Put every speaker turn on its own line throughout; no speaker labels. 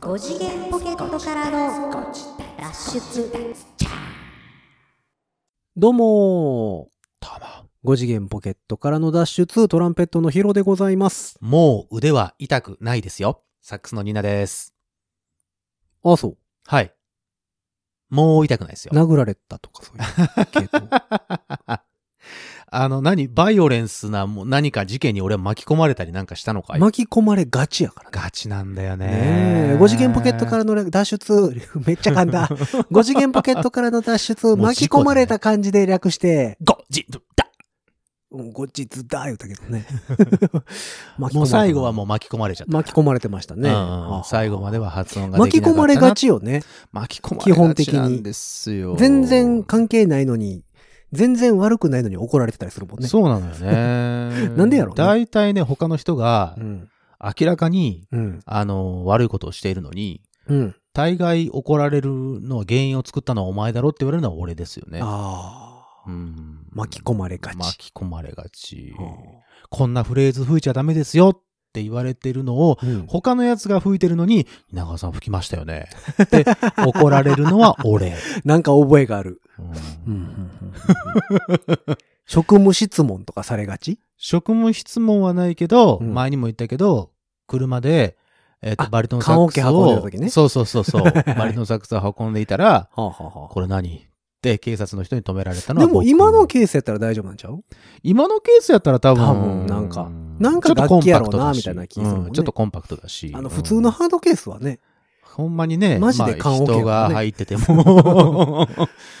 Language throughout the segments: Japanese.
5次元ポケットからの脱出
どうも
たま。
ー、5次元ポケットからの脱出、トランペットのヒロでございます。
もう腕は痛くないですよ。サックスのニーナです。
あ、そ
はい。もう痛くないです
う。
よ。
殴られたとかそういう系 統。
あの、何バイオレンスな、もう何か事件に俺は巻き込まれたりなんかしたのかい、
巻き込まれがちやからね。
ガチなんだよ
ね
ね。
え。5次元ポケットかららの脱出、 めっちゃ噛ん だ。5次元ポケットからの脱出、
もう
巻
事
き込
故だね
まれた感じで略して、
ごじ、だ
うん後日だ言うたけどね。
もう最後はも
う
う巻き込まれちゃった。
巻き込まれてましたね。
うんうん
あ
最後までは発音がで
巻
き
き
なか
込
ったな
まれが。ちよね。
巻き込まれがち。基本的に。ですよ。
全然関係ないのに、全然悪くないのに怒られてたりするもんね。
そうなのよね
。なんでやろうね
大体ね、他の人が
う、ん。
明らかに、
うん。
あの、悪いことをしているのに、
うん。
大概怒られるのは原因を作ったのはお前だろって言われるのは俺ですよね。
ああ。
うん、
巻き込まれがち
巻き込まれがち。
は
こんなフレーズ吹いちゃダメですよって言われてるのを、
あうん
他のやつが吹いてるのに、稲川さん吹きましたよね。 って怒られるのは俺。
なんか覚えがある。
うん
職務質問とかされがち
職務質問はないけど、
うん
前にも言ったけど、車で、えっ、
あ
と、バリトンサックス
棺桶運んで
を、
た時ね
そうそうそうそう、バリトンサックスを運んでいたら、
はあはあは
これ何って警察の人に止められたの
で
は
も
僕
今のケースやったら大丈夫なんちゃう
今のケースやったら多分、
多分なんかなんか
ちょっとコン
楽
パクト
器やろうな
だし
みたいな気するもんね
うんちょっとコンパクトだし。
あの普通の
うん
ハードケースはね。
ほんまにね、
マジで
まあ
棺桶や
人
からね
が入って ても、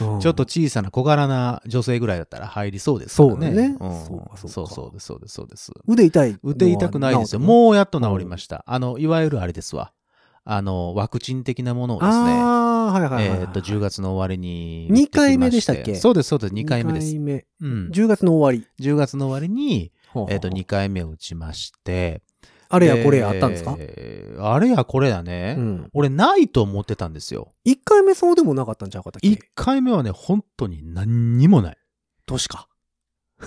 うん
ちょっと小さな小柄な女性ぐらいだったら入りそうですから
そうだね
ね。ん
そうかそうか
そうそうです、そうです、そうです。
腕痛い。
打て痛くないですよ。
う
もうやっと治りました。あの、いわゆるあれですわ。あの、ワクチン的なものをですね、
ああ、はいはいはいはい。
えーっと、10月の終わりに。
二回目でしたっけ
そうです、そうです、2回目で
二
す
回。目
うん。
10月の終わ
10月の終わりに、
り。
えっ、と、2回目を打ちまして。
あ
あ
れやこれやあったんですか
あれやこれやね。
うん。
俺、ないと思ってたんですよ。
1回目そうでもなかったんちゃうかったっ
1
け
回目はね、本当に何にもない。
年か。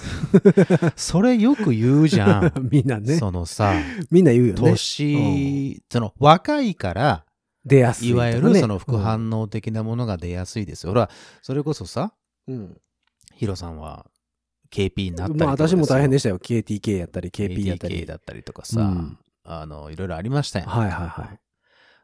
それよく言うじゃん。
みんな ね。
そのさ、
みんな言うよね。
年、その、若いから、
出やすい
い
とか
わ
ね。
ゆるその副反応的なものが出やすいですよ。ほら、それこそさ、
うん。うん
ヒロさんは KP になったりと
まあ
か。
私も大変でしたよ。KTK やったり、KP やった
KP
り。
だったりとか
う
さ
ん、
あの、いろいろありましたよね。
はいはいはい。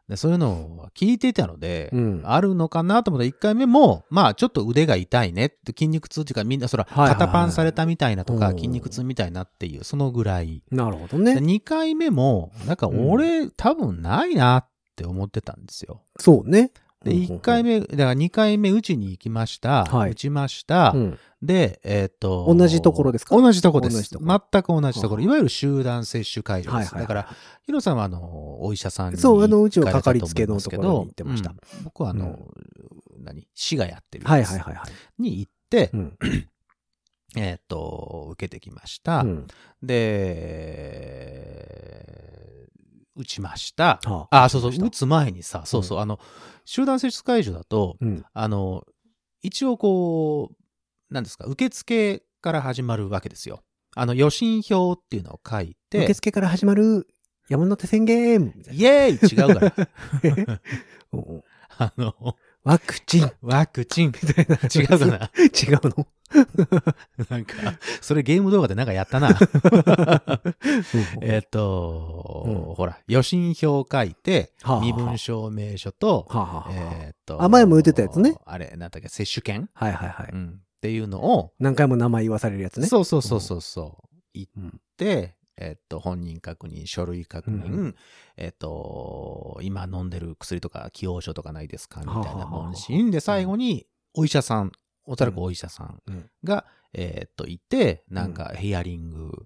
でそういうのを聞いてたので、
うん
あるのかなと思ったら1回目もまあちょっと腕が痛いねって筋肉痛っていうかみんなそら
はいはいはい
肩パンされたみたいなとか
うん
筋肉痛みたいなっていうそのぐらい
なるほどね。
で2回目もなんか俺多分ないなって思ってたんですよ
そうね。
で
うんうんうん
1回目だから2回目打ちに行きました、
はい
打ちました、
うん
でえっ、と
同じところですか
同じところで
同じ
す
とこ
全
ろ
く同じとこ
は
ろいわゆる集団接種会場
はいはいはい
です、だからヒロさんはあのお医者さんに
そうあのうちは
行れた
かかり
と
つけの
思うんですけど
ところに行ってました
うん僕はあの、何市がやってる
はいはいはいはい。
に行って、
うん。
えーっと受けてきました、
うん
で打ちました
はあ
あそうそう
打ちました
打つ前にさそうそう、あの集団接種会場だと
うん。
あの一応こう何ですか受付から始まるわけですよあの予診票っていうのを書いて
受付から始まる山手宣言みたい
イエーイ違うから
な。うんうん
あの
ワク チン
ワクチン
みたいな。
違うかな
違うの
なんか、それゲーム動画でなんかやっ たな。えっと、
うん
ほら、予診票を書いて、
はあはあ
身分証明書と、
はあはあはあ
えっと、
あ前も言ってたやつね。
あれ、なんだっけ、接種券、
はいはいはい。
うんっていうのを、
何回も名前言わされるやつね。
そうそうそうそうそう、言
うん。
って、えっと、本人確認、書類確認、
う
えっと、今飲んでる薬とか、起用書とかないですかみ
はあはあ
たいな問診で、最後に、お医者さん、おそらくお医者さん
うん
が、えーっと、いて、なんかヘアリング、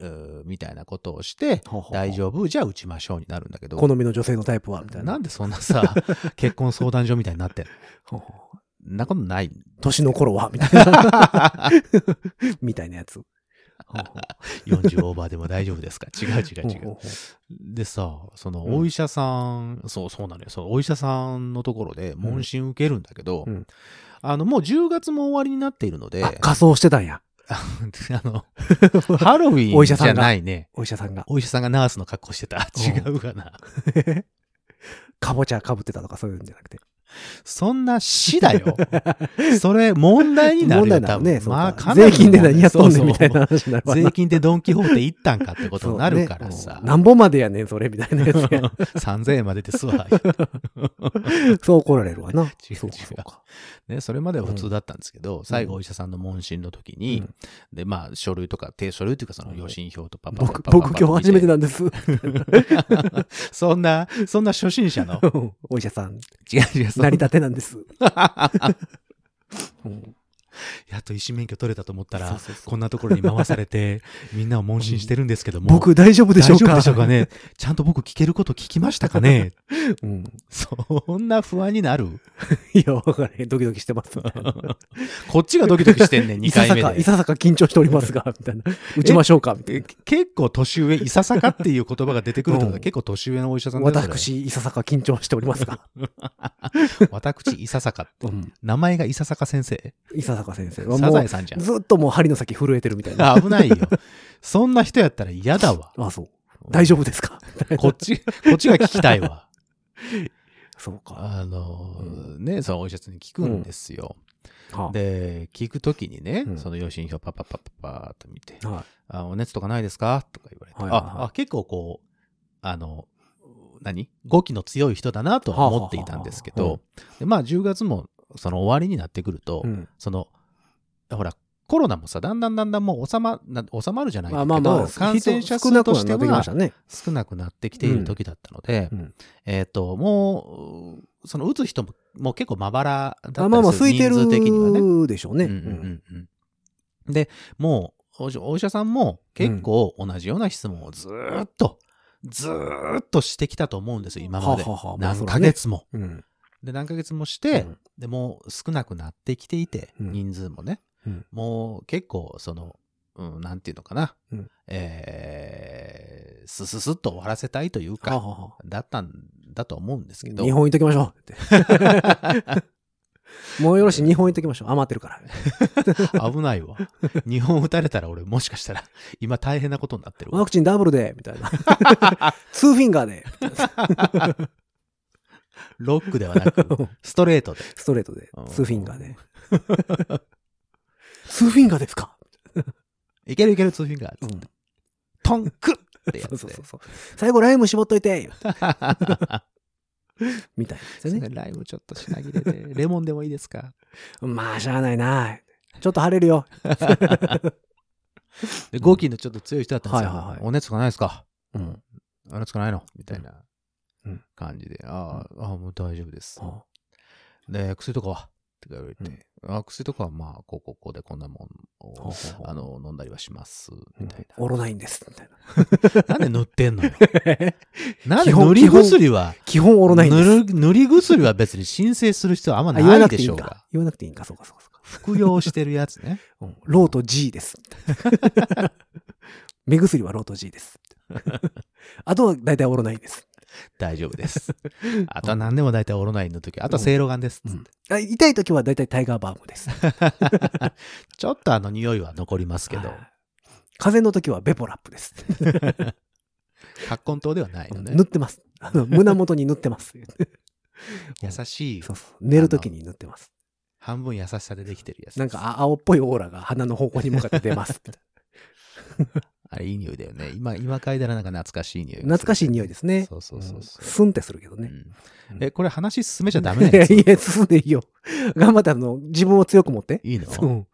うーみたいなことをして、大
夫。
丈夫、じゃあ打ちましょうになるんだけど、
好みの女性のタイプはみたいな。
なんでそんなさ、 結婚相談所みたいになってんの
ほうほうん
なこと ない。
年の頃はみたいな。みたいなやつ。ほうほう
40オーバーでも大丈夫ですか違う違う違
ほう
う。
ほう
でさ、その
うん
お医者さん、そうそうなのよ。そのお医者さんのところで問診受けるんだけど、
うんうん
あの、もう10月も終わりになっているので、
あ、仮装してたんや。
あの、ハロウィ
お
ン
医者
じ
さんが
ゃないね。
お医者さんが。
お医者さんがナースの格好してた。
うん
違うかな。
かぼちゃかぶってたとかそういうんじゃなくて。
そんな死 だよ。それ問題になる
問題
よ。
なの
多
ね。
分
そう
ま
か
あ、かなり
税金で何やっとんねんみたい
そう
な話になる
そう
わ
税金でドン・キホーテ行ったんかってことになるか
そう
ら
ね
さ
もう。なんぼまでやねん、それ、みたいなやつや。
3000円までですわ。
そう怒られるわな。
違う
そうか
違う
そうか。
ね、それまでは普通だったんですけど、最後お医者さんの問診の時に、
うん
で、まあ、書類とか、低書類というか、その予診票とパパパパ
僕、
パパ
僕今日初めてなんです。
なんそんな、そんな初心者の、
お医者さん、
違う違う、そん
成り立てなんです。うん
やっと医師免許取れたと思ったら、
そうそうそう
こんなところに回されて、みんなを問診してるんですけども、
僕大丈夫で
大
しょ
丈
う
夫
か
でしょうかねちゃんと僕聞けること聞きましたかね
うん
そんな不安になる
いや、わからへん。ドキドキしてます。みたいな
こっちがドキドキしてんねん、2
いさ
回
さ
目
か、
で
い。ささか緊張しておりますが、みたいな。打ちましょうか、みたい
え
な。
結構年上、いささかっていう言葉が出てくるってこと
う
は
ん
結構年上のお医者さんだよそれ
私、いささか緊張しておりますが。
私、伊佐坂って。
うん
名前が伊佐坂先生。
いささか先生は
サ
も
ザエ
う、
さんじゃん。
ずっともう針の先震えてるみ たいな。
あ危ないよ。そんな人やったら嫌だわ。
あ、そう。大丈夫ですか
こっち、こっちが聞きたいわ。
そうか。
あのー、ね、そのお医者さんに聞くんですよ。
は
で、聞くときにね
う、ん
その予診票パパパパパーっと見て
あ、は
あ、お熱とかないですかとか言われて、
はいはいはい
ああ、結構こう、あの、何語気の強い人だなとは思っていたんですけ
はあは
ど、でまあ10月もその終わりになってくると、
い。うん
その、ほら、コロナもさ、だんだんだんだんもう収ま、な収まるじゃないけ
ま
ど、
あまあまあ、
感染者
人少なく
数と
は
して
なってきま
は
したね。
少なくなってきている時だったので、
うんうん
えっ、と、もう、その打つ人ももう結構まばらだったりす
あ
る
まあまあ、空いて
人数的にはね。
るでしょうね。
うんうんうんうんで、もうお医者、お医者さんも結構同じような質問をずーっと、ずーっとしてきたと思うんですよ、今まで
はあはあは。あまあ
何ヶ月も。
うんうん
で、何ヶ月もして、
うん
でもう少なくなってきていて、
うん
人数もね、
うん
もう結構、その、うん、なんていうのかな、
うん
えー、すすすっと終わらせたいという
はあ
か、
はあはあ
だったんだと思うんですけど、
日本行っときましょうって。もうよろしい、日本行っときましょう。余ってるから。
危ないわ。日本打たれたら俺もしかしたら今大変なことになってるわ
ワクチンダブルで、みたい な。ツーフィンガーで、
ロックでは なく、ストレートで。
ストレートで
うん、
ツーフィンガーで。 ツーフィンガーですか
いけるいける、ツーフィンガー。
うん
トンクってや
そう
つ
そう
で
そう。そう。最後、ライム絞っといて、みたいなんですよね。
ライムちょっと品切れ で、レモンでもいいですか
まあ、しゃあないな。ちょっと晴れるよ。
で、ゴキのちょっと強い人だったんですよ。
はいはいはい
お熱とかないですか
うん。
お熱とかないのみたいな
うん
感じで、あーあー、もう大丈夫です。
は
で、薬とかはって言われて、あ薬とかはまあ、こうこうこうでこんなもん
あ
を、
はあは
あ
あ
の、飲んだりはします、
う
み
ん
たいな。
オロナインです。みたい
なんで塗って んのよ。
な。
なんで
基本
塗り薬は、
基本オロナインです。
塗る塗り薬は別に申請する必要はあんま
あ言わ
な
ないく
で
ていい
しょうんが
か。。言わなくていいんか、そうか、そうか、そうか。
服用してるやつ ね。
うんロート G です。目薬はロート G です。あとは大体オロナインです。
大丈夫です。あとは何でも大体オロナインの時。あとはセいろがんです。
うんあ痛い時は大体タイガーバームです。
ちょっとあの匂いは残りますけど
は、い風邪の時はベポラップです。
発根糖ではないのね
塗っ。てます。あの胸元に塗ってます。
優しい
そ、うそう寝る時に塗ってます。
半分優しさでできてるやつ。
なんか、あ青っぽいオーラが鼻の方向に向かって出 ます。
あれいい匂いだよね。今、今嗅いだらなんか懐かしい匂いがする。
懐かしい匂いですね。
そうそうそうそ
ん
う。
スンってするけどね。
うんえ、これ話進めちゃダ メ
いや
なやつ
いや、進んでいいよ。 頑張って、あの、自分を強く持って。
いいの
そううん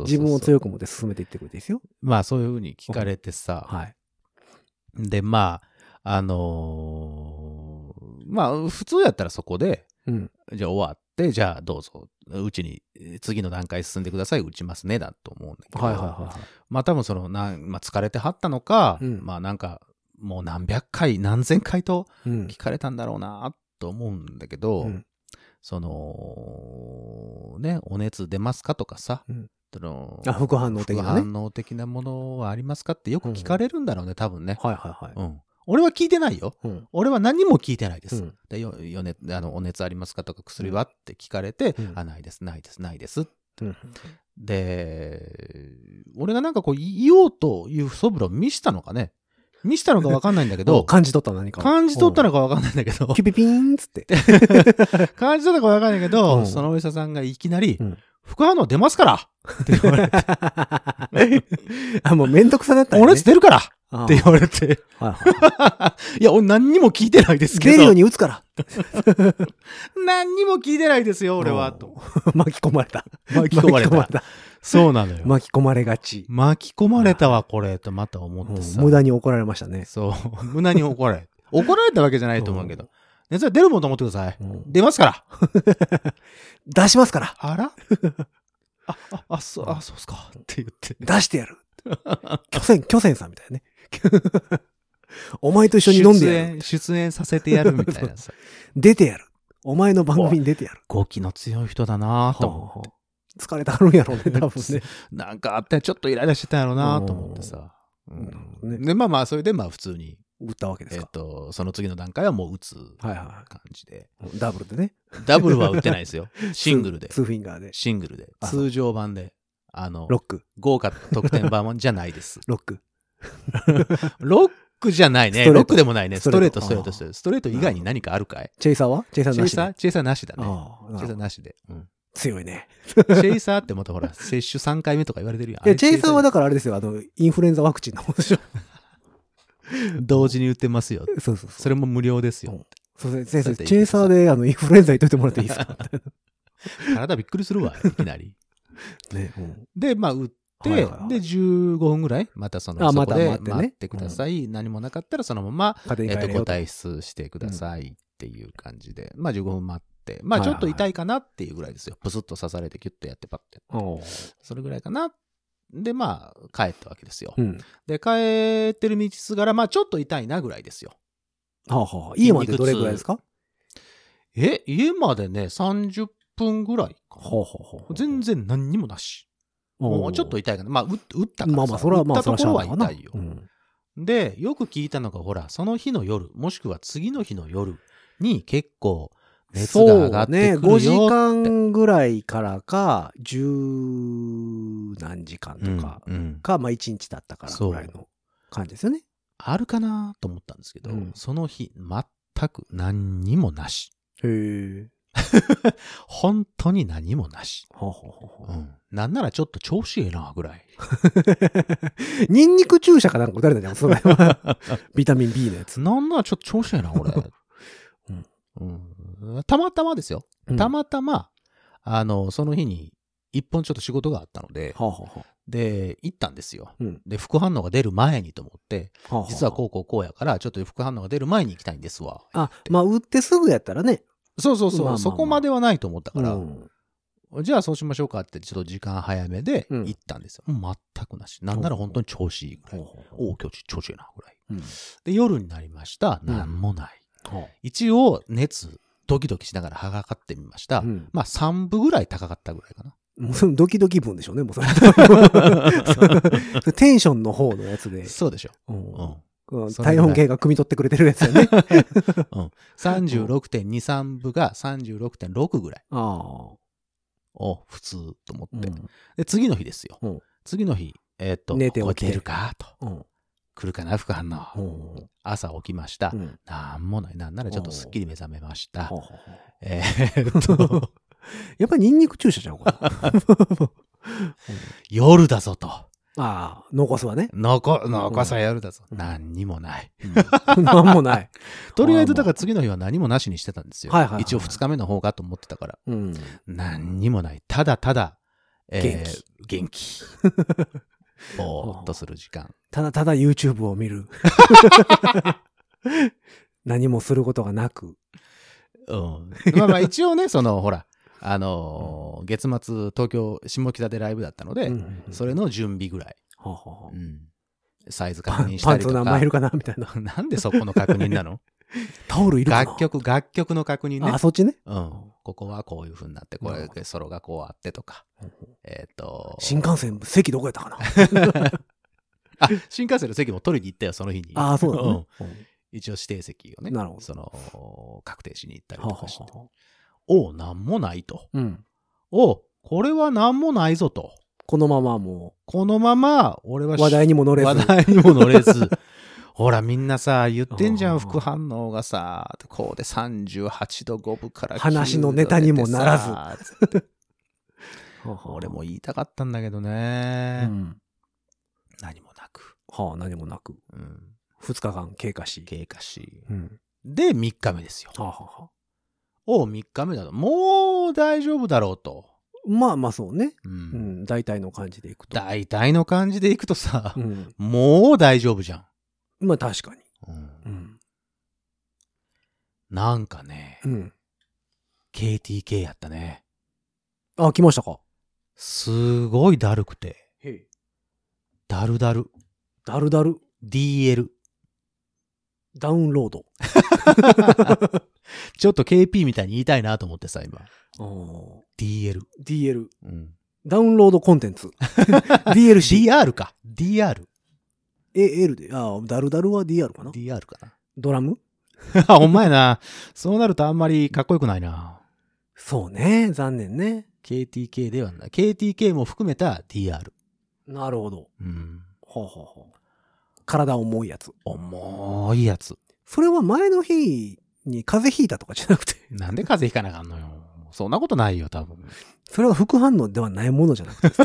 自分を
く。
強く持って進めていってくれていいですよ。
まあそういうふうに聞かれてさ、
はい。
で、まあ、あのーまあ普通やったらそこで、
うん。
じゃあ終わって、じゃあどうぞ、うちに、えー次の段階進んでください、打ちますね、だと思うんだけど、
はいはいはい。
まあ多分その、なんまあ、疲れてはったのか、
うん
まあなんか、もう何百回、何千回と
うん
聞かれたんだろうな、と思うんだけど、
うん
その、ね、お熱出ますかとかさ、
うん
その
あ、副反応的
副
なね。
反応的なものはありますかってよく聞かれるんだろうね、多分ね。
はいはいは
う
い。
ん。俺は聞いてないよ。
うん。
俺は何も聞いてないです。
うん
でよよねあのお熱ありますかとか薬はって聞かれて、
うん
あないですないですないです
うん
で俺がなんかこう言おうという素振りを見したのかね見したのかわかんないんだ け
どう
ど、
感じ取った何かを。
感じ取ったのかわかんないんだけど
うん。、キュピピーンっつって。
感じ取ったのかわかんないけ
う
ど、
ん
そのお医者さんがいきなり
うん、
副反応出ますからって言われて、
あ、もうめんどくさ だった
お熱出るからっ
あ
て言われて、
はいはい
や、俺何にも聞いてないで
い
すけ
出るよう
ど、
に打つから。
何にも聞いてないですよ、俺は、
うん
と。。
巻き込まれた。
巻き込まれた。そうなのよ。
巻き込まれがち。
巻き込まれたわ、これ、とまた思
う
って
ん
さ。
無駄に怒られましたね。
そう。 無駄に怒られ。怒られたわけじゃないと思うけ
う
ど。熱は出るもんと思ってください。
うん
出ますから。
出しますから
あら あ、あ、あ、そう、あ、そうっすか。って言って。
出して やる巨泉、巨泉さんみたいなね。 お前と一緒に飲んでや
出
る。
演、出演させてやるみたい なさ。
出てやる。お前の番組に出てやる。
語気の強い人だなぁと思
はあはあ疲れたるんやろうね、 多分ね。
う。なんかあったらちょっとイライラしてたんやろうなぁと思ってさ。
なるほど
うん
ね
で、まあまあ、それでまあ普通に、
打ったわけで
え
す
っ
か。
と、その次の段階はもう打つ
はい
感
は
じで。
い。ダブルでね。
ダブルは打ってないです よ。シングルで。
ツーフィンガーで。
シングルで。
あそう
通常版で。あの、
ロック、
豪華特典版じゃないです。
ロック。
ロックじゃない
ス
ね。
トレート
ロックでもないね。ス
ス
ト
トレ
レー
ー
ト、
ト
ストレート、
あー
ストレート。ストレート以外に何かあるかい
チェイサーはチェイサー
チェ
な
イ
し
サ
ね
ー、チェイサーなしだね。
ああな
チェイサー
るほど
なしで。 うん
強いね。
チェイサーってまたほら、接種3回目とか言われてるや
い
ん。
や、チェイサーは
だ
だからあれですよ、あの、インフルエンザワクチンの方でし ょ。
同時に打ってますよ。
そうそうそ。
そうれも無料です
う
よ
ん。そうですね
だっ
先
て
生、チェイサーで、あの、インフルエンザにといてもらっていいです か
体びっくりするわ、いきな り。
ね。うん
で、まあ、打って、
はいはいはい
で、15分ぐらい、またその、
あ
そこ
また
で
待ってね
待ってください。何もなかったら、そのまま、
家
え
庭に
っと、
帰れ
ご
よと。
退出してくださいっていう感じで、まあ、15分待って、まあ、
はい
ちょ
はい
っと痛いかなっていうぐらいですよ。ブスッと刺されて、キュッとやって、パッて。
おう
それぐらいかな。で、まあ、帰ったわけですよ。
うん。
で、帰ってる道すがら、まあ、ちょっと痛いなぐらいですよ。
はあはあ。家までどれぐらいですかは
え、家までね、30分ぐらいか
あ
な。
はあはあ。
全然何にもなし。もうちょっと痛いかな。まあ、打打ったからさ
まあまあ、それはま
打
あ、
っ
そ
た
れ
と
はし
こ
ゃあ
ろは
ないわな
痛いよ
う。ん
で、よく聞いたのが、ほら、その日の夜、もしくは次の日の夜に結構熱が上がってく
そうね、5
る
時
よ。
間ぐらいからか、十何時間とか、
うんうん
か、まあ1日だったからぐらいの感じですよね。
あるかなと思ったんですけど、
うん
その日、全く何にもなし。
へえ。
本当に何もなし。
はあはあはあ
うん。なんならちょっと調子ええな、ぐ らい。
ニンニク注射かなんか打たれたじゃん、そ れはビタミン B のやつ。
なんならちょっと調子ええな、俺。
うん
うんたまたまですよ。たまたま、あの、その日に、一本ちょっと仕事があったので
は、あはあはあ
で、行ったんですよ。
うん
で、副反応が出る前にと思って、
はあはあ
実はこうこうこうやから、ちょっと副反応が出る前に行きたいんですわ。
あ、まあ、打ってすぐやったらね。
そうそうそう、
まあまあまあ
そこまではないと思ったから、
うん
じゃあそうしましょうかって、ちょっと時間早めで
うん
行ったんですよ。もう全くなし。なんなら本当に調子いいぐらい。おお、今日調子いいな、ぐらい。
うん
で、夜になりました。
うん
なんもない。
は
一応、熱、ドキドキしながら測ってみました。
あうん
まあ、3分ぐらい高かったぐらいかな。
もうその ドキドキ分でしょうね、もう それそうテンションの方のやつで。
そうでしょ。
うん
うん。
うん
そ
体
れぐらい
温計が汲み取ってくれてるやつだよ ね。
36.2、3分が36.6ぐらい。
あ
お、普通と思
あ
って。で、次の日ですよ。
うん
次の日、えっ、と、
寝て起きて
ここ出るかと。
うん。
来るかな、副反
う
応。
ん。
朝起きました。
うん。
なんもない。なんならちょっとすっきり目覚めました。えー っと、
やっぱりニンニク注射じゃ ん、これ。あ
夜だぞと。
あ、残すはね。
残、残さ夜だぞ。
うん
何にもない。
なんもない。
とりあえず、だから次の日は何もなしにしてたんですよ。
はいはいはい
一応2日目の方がと思ってたから。
うん。
何にもない。ただただ、えー元 気。ぼーっとする時間。
ただただ YouTube を見 る。何もすることがなく。
うん。まあまあ一応ね、その、ほら、あのー月末、東京、下北でライブだったので、
うん
それの準備ぐらい、
はあはあ
うんサイズ
パ
確
ン
認し
パ
た
ン
り
ツ
とか。
何枚いるかなみたいな。
なんでそこの確認 なの
タオルいるかな
楽曲、楽曲の確認ね
あ、。そっちね。
うん。ここはこういう風になって、こ
な
れ
るほ
でソロがこうあってとか。えーっ、と、
新幹線、席どこやったか な
あ、新幹線の席も取りに行ったよ、その日に。
ああ、そうだ
う
ね
ん。一応指定席をね、
なるほど
その、確定しに行ったり
はあ
と
は
かして。
あはあ
おう、なんもないと。
うん。
おう、これはなんもないぞと。
このままも
このまま、俺は
う、話題にも乗れず。
話題にも乗れず、ほら、みんなさ、言ってんじゃ
うん
ん、副反応がさ、こうで38度5分から9度
話のネタにもならず
出てさ。俺も言いたかったんだけど
う
ね。
ん。
何もなく。
はあ、何もなく。
うん。
二日間経過し。
経過し。
うん。
で、3日目ですよ。
はあ、はあはあ、
おう、3日目だと。もう大丈夫だろうと。
まあまあそうね。
う。
うんん。大体の感じでいくと。
大体の感じでいくとさ
う、ん。
もう大丈夫じゃん。
まあ確かに。うん。
なんかね、
うん。
KTK やったね。
あ、来ましたか。
すごいだるくて。
へい。
だるだる。
だるだる。
DL。
ダウンロード。
ちょっと KP みたいに言いたいなと思ってさ、今。
あ
DL。
ー DL。
うん。
ダウンロードコンテン ツ。DLC。
DR か。DR。
え、L で。あーダルダルは DR かな。
DR か
ドラム
な。 あ、お前な。そうなるとあんまりかっこよくないな。
そうね。残念ね。
KTK ではない。KTK も含めた DR。
なるほど。
うん。
ほうほうほう。体重いやつ。
重いやつ。
それは前の日に風邪ひいたとかじゃなくて、
なんで風邪ひかなあかんのよ。そんなことないよ、多分。
それは副反応ではないものじゃなくて。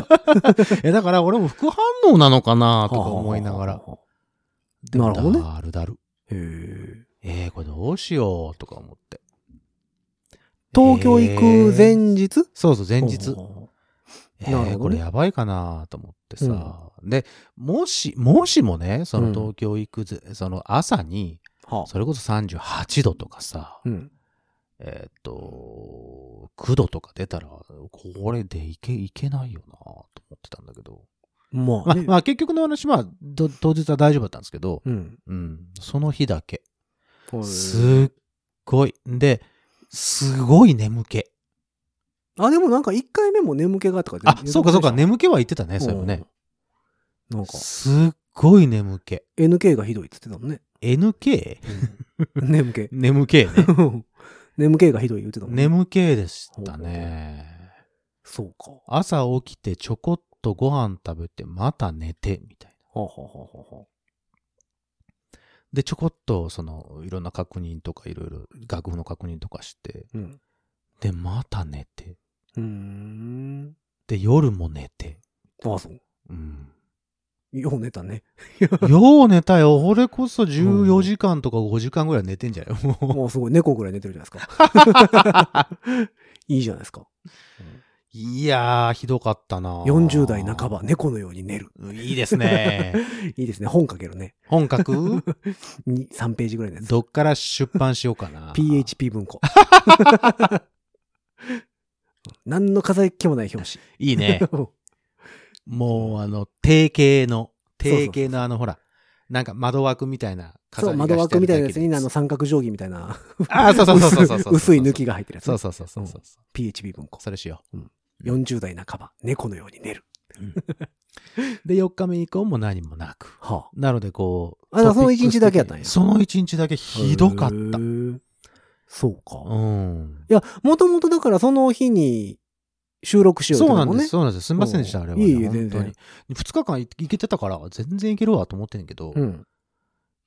え、だから俺も副反応なのかなとか思いながら。
でもなるほどね。
だるだる。
へー
えー、これどうしようとか思って。
東京行く前日
そうそう、前日。
ほ
え
な
ー
るほどね
これやばいかなと思ってさ。で、もし、もしもね、その
うん
東京行くぜ、その朝に、
うほうは
それこそ38度とかさ、
あ。うん。
えーっと、9度とか出たら、これでいけ、いけないよなと思ってたんだけど。
ま
ま
あ
あ、
ね、
まあ結局の話、まあ、ど当日は大丈夫だったんですけど、
うん。
うん、その日だけ。
ほう
すっごい。で、すごい眠気。
あ、でもなんか1回目も眠気がとか
あ、そうかそうか、眠気は言ってたね、
気
それもね。。
うんなんか、
すっごい眠気。
NK がひどいって言ってたもんね。
NK?
眠気。
眠 気ね。
眠気がひどい言ってたもんね。
眠気でしたね。
そうか。は
朝起きてちょこっとご飯食べて、また寝て、みたいな。
あはあはあはあはあ
で、ちょこっと、その、いろんな確認とか、いろいろ、楽譜の確認とかして、
うん。
で、また寝て、
うーん。
で、夜も寝て、
ああ、そう。
うん。
よう寝た ね。
よう寝たよ。俺こそ14時間とか5時間ぐらい寝てんじゃんよ。もう
もうすごい、猫ぐらい寝てるじゃない ですか。いいじゃないですか。
いやー、ひどかったな
40代半。ば、猫のように寝る。
いいですね。
いいですね。本書けるね。
本 格
に3ページぐらいのやつ。
どっから出版しようかな。
PHP 文 庫。何の飾り気もない表
いいね。
紙。
もう、あの、定型の、
そうそう
定型のあの、ほら、なんか窓枠みたいな飾
そう、
りがし
窓
てあるだけ
枠みたいなや
で
つにあの三角定規みたいな
あー、そうそうそうそうそうそう。
薄い薄い抜きが入ってるやつ
そ
ね、
うそうそうそうそう。
PHP 文庫。
それしよ
40代半ば、猫のように寝る。
う。で、4日目以降も何もなく。
は
なので、こう。
あだから
トピックス
その一日だけやったんや
的にその1日だけひどかった。。
そうか。
うん。
いや、もともとだからその日に収録しよう
そうなんです、
ね。
そうなんです。すみませんでした、
うん
あれは、
いえいえ
本当
全
に。2日間い行けてたから、全然行けるわと思ってんねんけど、
うん。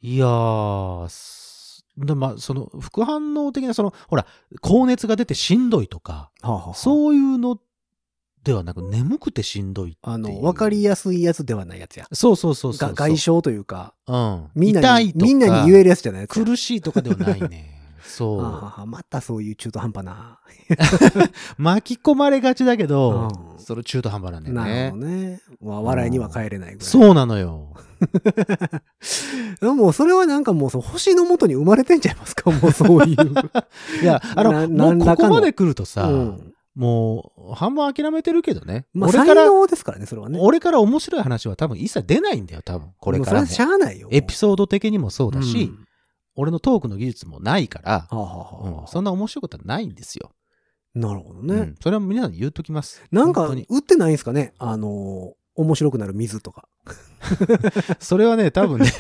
いやー、すでまあ、その、副反応的な、その、ほら、高熱が出てしんどいとか、
はあ、はあはあ
そういうのではなく、眠くてしんどいっていう。
あの、わかり
や
やすいやつではないやつや。
そうそうそうそうそ
が
う。
外傷というか、
うん。
みんな
痛い
に、
とか
みんなに言えるやつじゃないやつや。
苦しいとかではないね。
あは
そう。
はまたそういう中途半端な。
巻き込まれがちだけど、
うん
それ中途半端なんだよ
なる
ね
ほ。どね。わ笑いには帰れないぐらい。
そうなのよ。
でももうそれはなんかもうそう星の元に生まれてんちゃいますかもうそういう。
いや、
な
あの、も
何
う
ら
こ
かの
こまで来るとさ、
うん
もう、半分諦めてるけどね。
まあ、
俺
才
から、
能ですからね、それはね。
俺から面白い話は多分一切出ないんだよ、多分。これから
も
も
う。それはしゃあないよ。
エピソード的にもそうだし、
うん
俺のトークの技術もないから、
はあはあ
うん
はあ
そんな面白いことはないんですよ。
なるほど
う
ね
ん。それは皆さんに言っときます。
なんか、
本当に
売ってないんですかねあのー、面白くなる水とか。
それはね、多分 ね、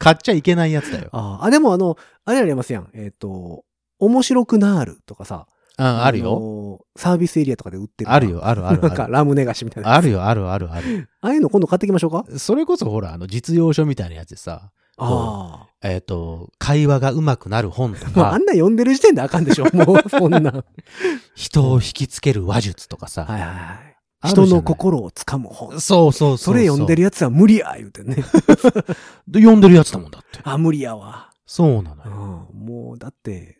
買っちゃいけないやつだよ。
あーあ、でもあの、あれありますやん。えっ、と、面白くなるとかさ。
うん、あるよ。
のー。サービスエリアとかで売ってる。
ある。よ、あるある
なん
あ
か、
る。
ラムネ菓子みたいな。あ
あるよ、あるあるある。
あいうの今度買ってきましょうか
それこそほら、あの、実用書みたいなやつでさ、
あ
えっ、と、会話が上手くなる本と
あ。まあ、あ
か、
んな読んでる時点であかんでしょ。 もう、そんな。はい
人を引きつける話術とかさ、
はいはい。
あるじゃな
人
い
の心をつかむ本。
そうそう
そうれ読んで
る。
るやつは無理や、言うてね。
で読んでるやつだもんだって。
あ、無理やわ。
そうなの
うん
よ。
もう、だって、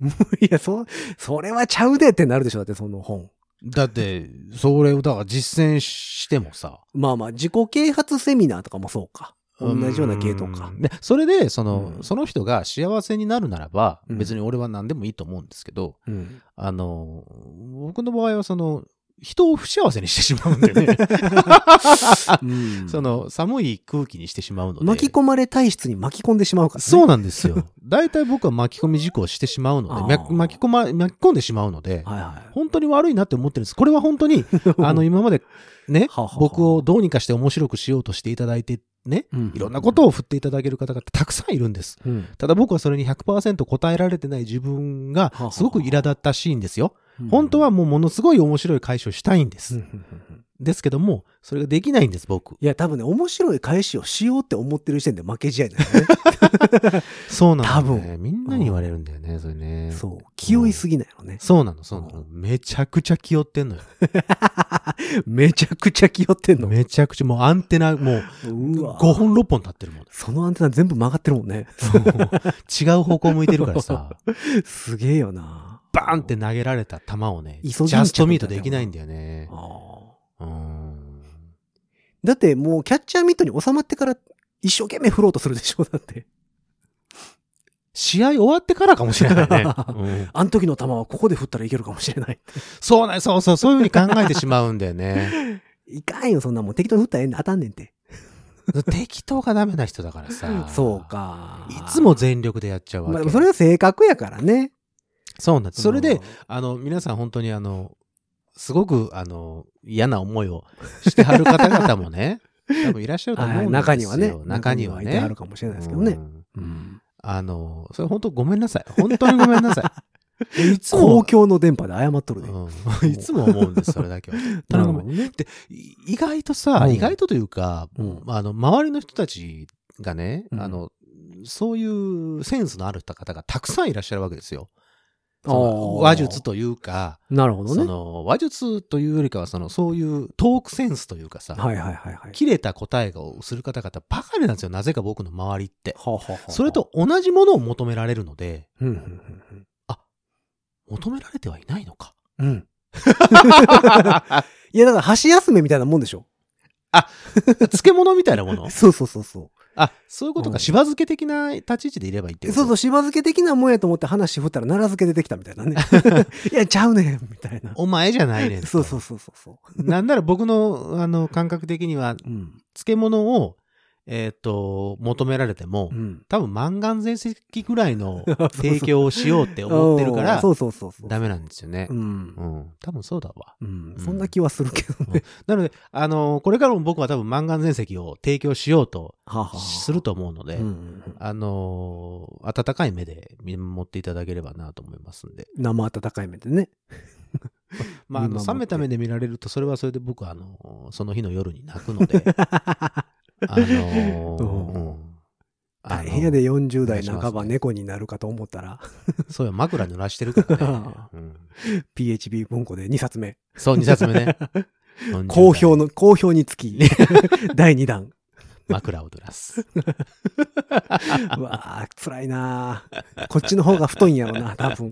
無理や、そ、それはちゃうでってなるでしょ。だって、その本。
だって、それをだから実践してもさ、
まあまあ、自己啓発セミナーとかもそうか。同じような系統か
うん。で、それで、その、
うん
その人が幸せになるならば、
うん
別に俺は何でもいいと思うんですけど、
うん。
あの、僕の場合はその、人を不幸せにしてしまうんでね。
うん
その、寒い空気にしてしまうので。
巻き込まれ体質に巻き込んでしまうからね。
そうなんですよ。大体僕は巻き込み事故をしてしまうので、
あー
巻き巻き込ま、巻き込んでしまうので、
はいはい。
本当に悪いなって思ってるんです。これは本 当に、あの、今までね
はあはあ、
僕をどうにかして面白くしようとしていただいて、ね、
うん
いろんなことを振っていただける方がたくさんいるんです。
うん、
ただ僕はそれに100%答えられてない自分が
はあはあ
すごく苛立ったシーンですよ。本当はもうものすごい面白い解消したいんで
うん、
す。
うんうん
ですけども、それができないんです、僕。
いや、多分ね、面白い返しをしようって思ってる時点で負け試合だよね。
そうなの、ね。
多
みんなに言われるんだよね、それね。そう
そう。気負いすぎないのね。
なの、そうな
う
の。めちゃくちゃ気負ってんのよ。
めちゃくちゃ気負ってんの。
めちゃくちゃ、もうアンテナ、もう、
うわ
5本6本立ってるもん。
そのアンテナ全部曲がってるもんね。
違う方向向いてるか らさ、
すげえよな。
バーンって投げられた球をね、
イ
ジ
ソギンチャク
ャストミートできないんだよね。
あ
うん。
ーだってもうキャッチャーミットに収まってから一生懸命振ろうとするでしょ、だって。
試合終わってからかもしれない ね。うん
あの時の球はここで振ったらいけるかもしれない。
そうなんそうそう、そういうふうに考えてしまうんだよね。
いかんよ、そんなもん。適当に振ったらええんだ当たんねんて。
適当がダメな人だからさ。
そう。か。
いつも全力でやっちゃうわけ。
まあ、それは性格やからね。
そうなんです。それ
う
で
ん、、
あの、皆さん本当にあの、すごく、あの、嫌な思いをしてはる方々も ね、多分いらっしゃると思うんで
はい
すよ。
中にはね。
中にはい
てあ
ね
る。かもしれないですけどね
う。ん
うん
あの、それ本当ごめんなさい。本当にごめんなさい。 いつも
公、共の電波で謝っとるで。
うんいつも思うんです、それだけ は。本当にごめん
ね。
い意外とさ、
うん
意外とというか、
うん
あの、周りの人たちがね、
うん
あの、そういうセンスのある方がたくさんいらっしゃるわけですよ。その
あー
話術というか、
なるほど
そ
ね。
の話術というよりかは、その、そういうトークセンスというかさ、
はいはいはいはい。
切れた答えをする方々ばかりなんですよ、なぜか僕の周りって。
はあはあはあ
それ、と同じものを求められるので、
うんうんうん
求められてはいないのか。
うん。うん。いや、だから、箸休めみたいなもんでしょ。
漬物みたいなもの
そうそうそうそ
あ、そういうこと
う
か。
ん
しば漬け的な立ち位置でいればいいって
う。
こと
そうそう、しば漬け的なもんやと思って話振ったら、奈良漬け出てきたみたい なね。いや、ちゃうねん、みたいな。
お前じゃないねんと。
そうそうそうそうそ
なんなら僕の、あの、感覚的には、
う。うん。
漬物を、えっ、と、求められても、
うん。
多分満願全席ぐらい の提供をしようって思ってるか
うん
ら
そ、うそうそうそう。
ダメなんですよね
う。ん
う。ん。多分そうだわ。
うん
うん
そんな気はするけどね。
なので、あの、これからも僕は多分満願全席を提供しようと
はあはあ
すると思うので、
うんうんうん
あの温かい目で見守っていただければなと思いますんで。
生温かい目でね。
まあ、あ
見
の
守って
冷めた目で見られるとそれはそれで僕はあのその日の夜に泣く のであの
うん
うんあ
大
の
変やで40代
お願
半
いしま
ば
すね
猫になるかと思った ら、
そうよ枕濡らしてるからね、うん、
PHB 文庫で2冊目。
そう2冊目 ね
好評の、好評につ き、第2弾。
枕を濡らす
うわあ辛いなあこっちの方が太いんやろな、多 分。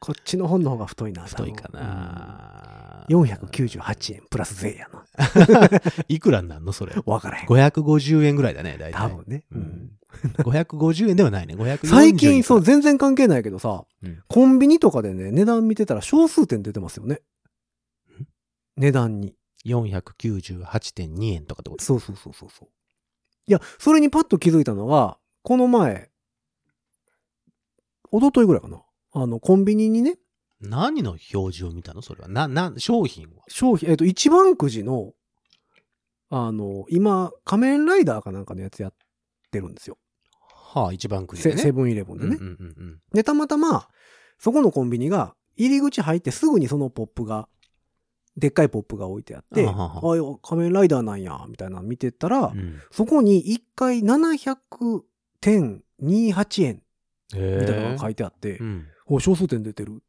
こっちの本の方が太いな、多分
太いか。な、
うん498円プラス税やな。
いくらになんのそれ
わからへん。
550円ぐらいだね大体
多分ね。
う
うんん、
550円ではないね540円
最近、そうう、全然関係ないけどさ、
うん
コンビニとかでね、値段見てたら小数点出てますよね
ん。
値段に。
498.2円とかってこと
そうそうそうそうそう。いや、それにパッと気づいたのが、この前、一昨日ぐらいかな。あの、コンビニにね、
何の表示を見たのそれはなな商品は
商品、えっ、と、一番くじの、あの、今、仮面ライダーかなんかのやつやってるんですよ。
はあ一番くじ
セ
でね
セブンイレブンでね。
うんうんうんうん
で、たまたま、そこのコンビニが、入り口入ってすぐにそのポップがでっかいポップが置いてあって、
あは
あ
は
あいや仮面ライダーなんや、みたいなの見てたら、
うん
そこに1回700.28円みたいなのが書
い
いてあって、
うん、
お小数点出てる、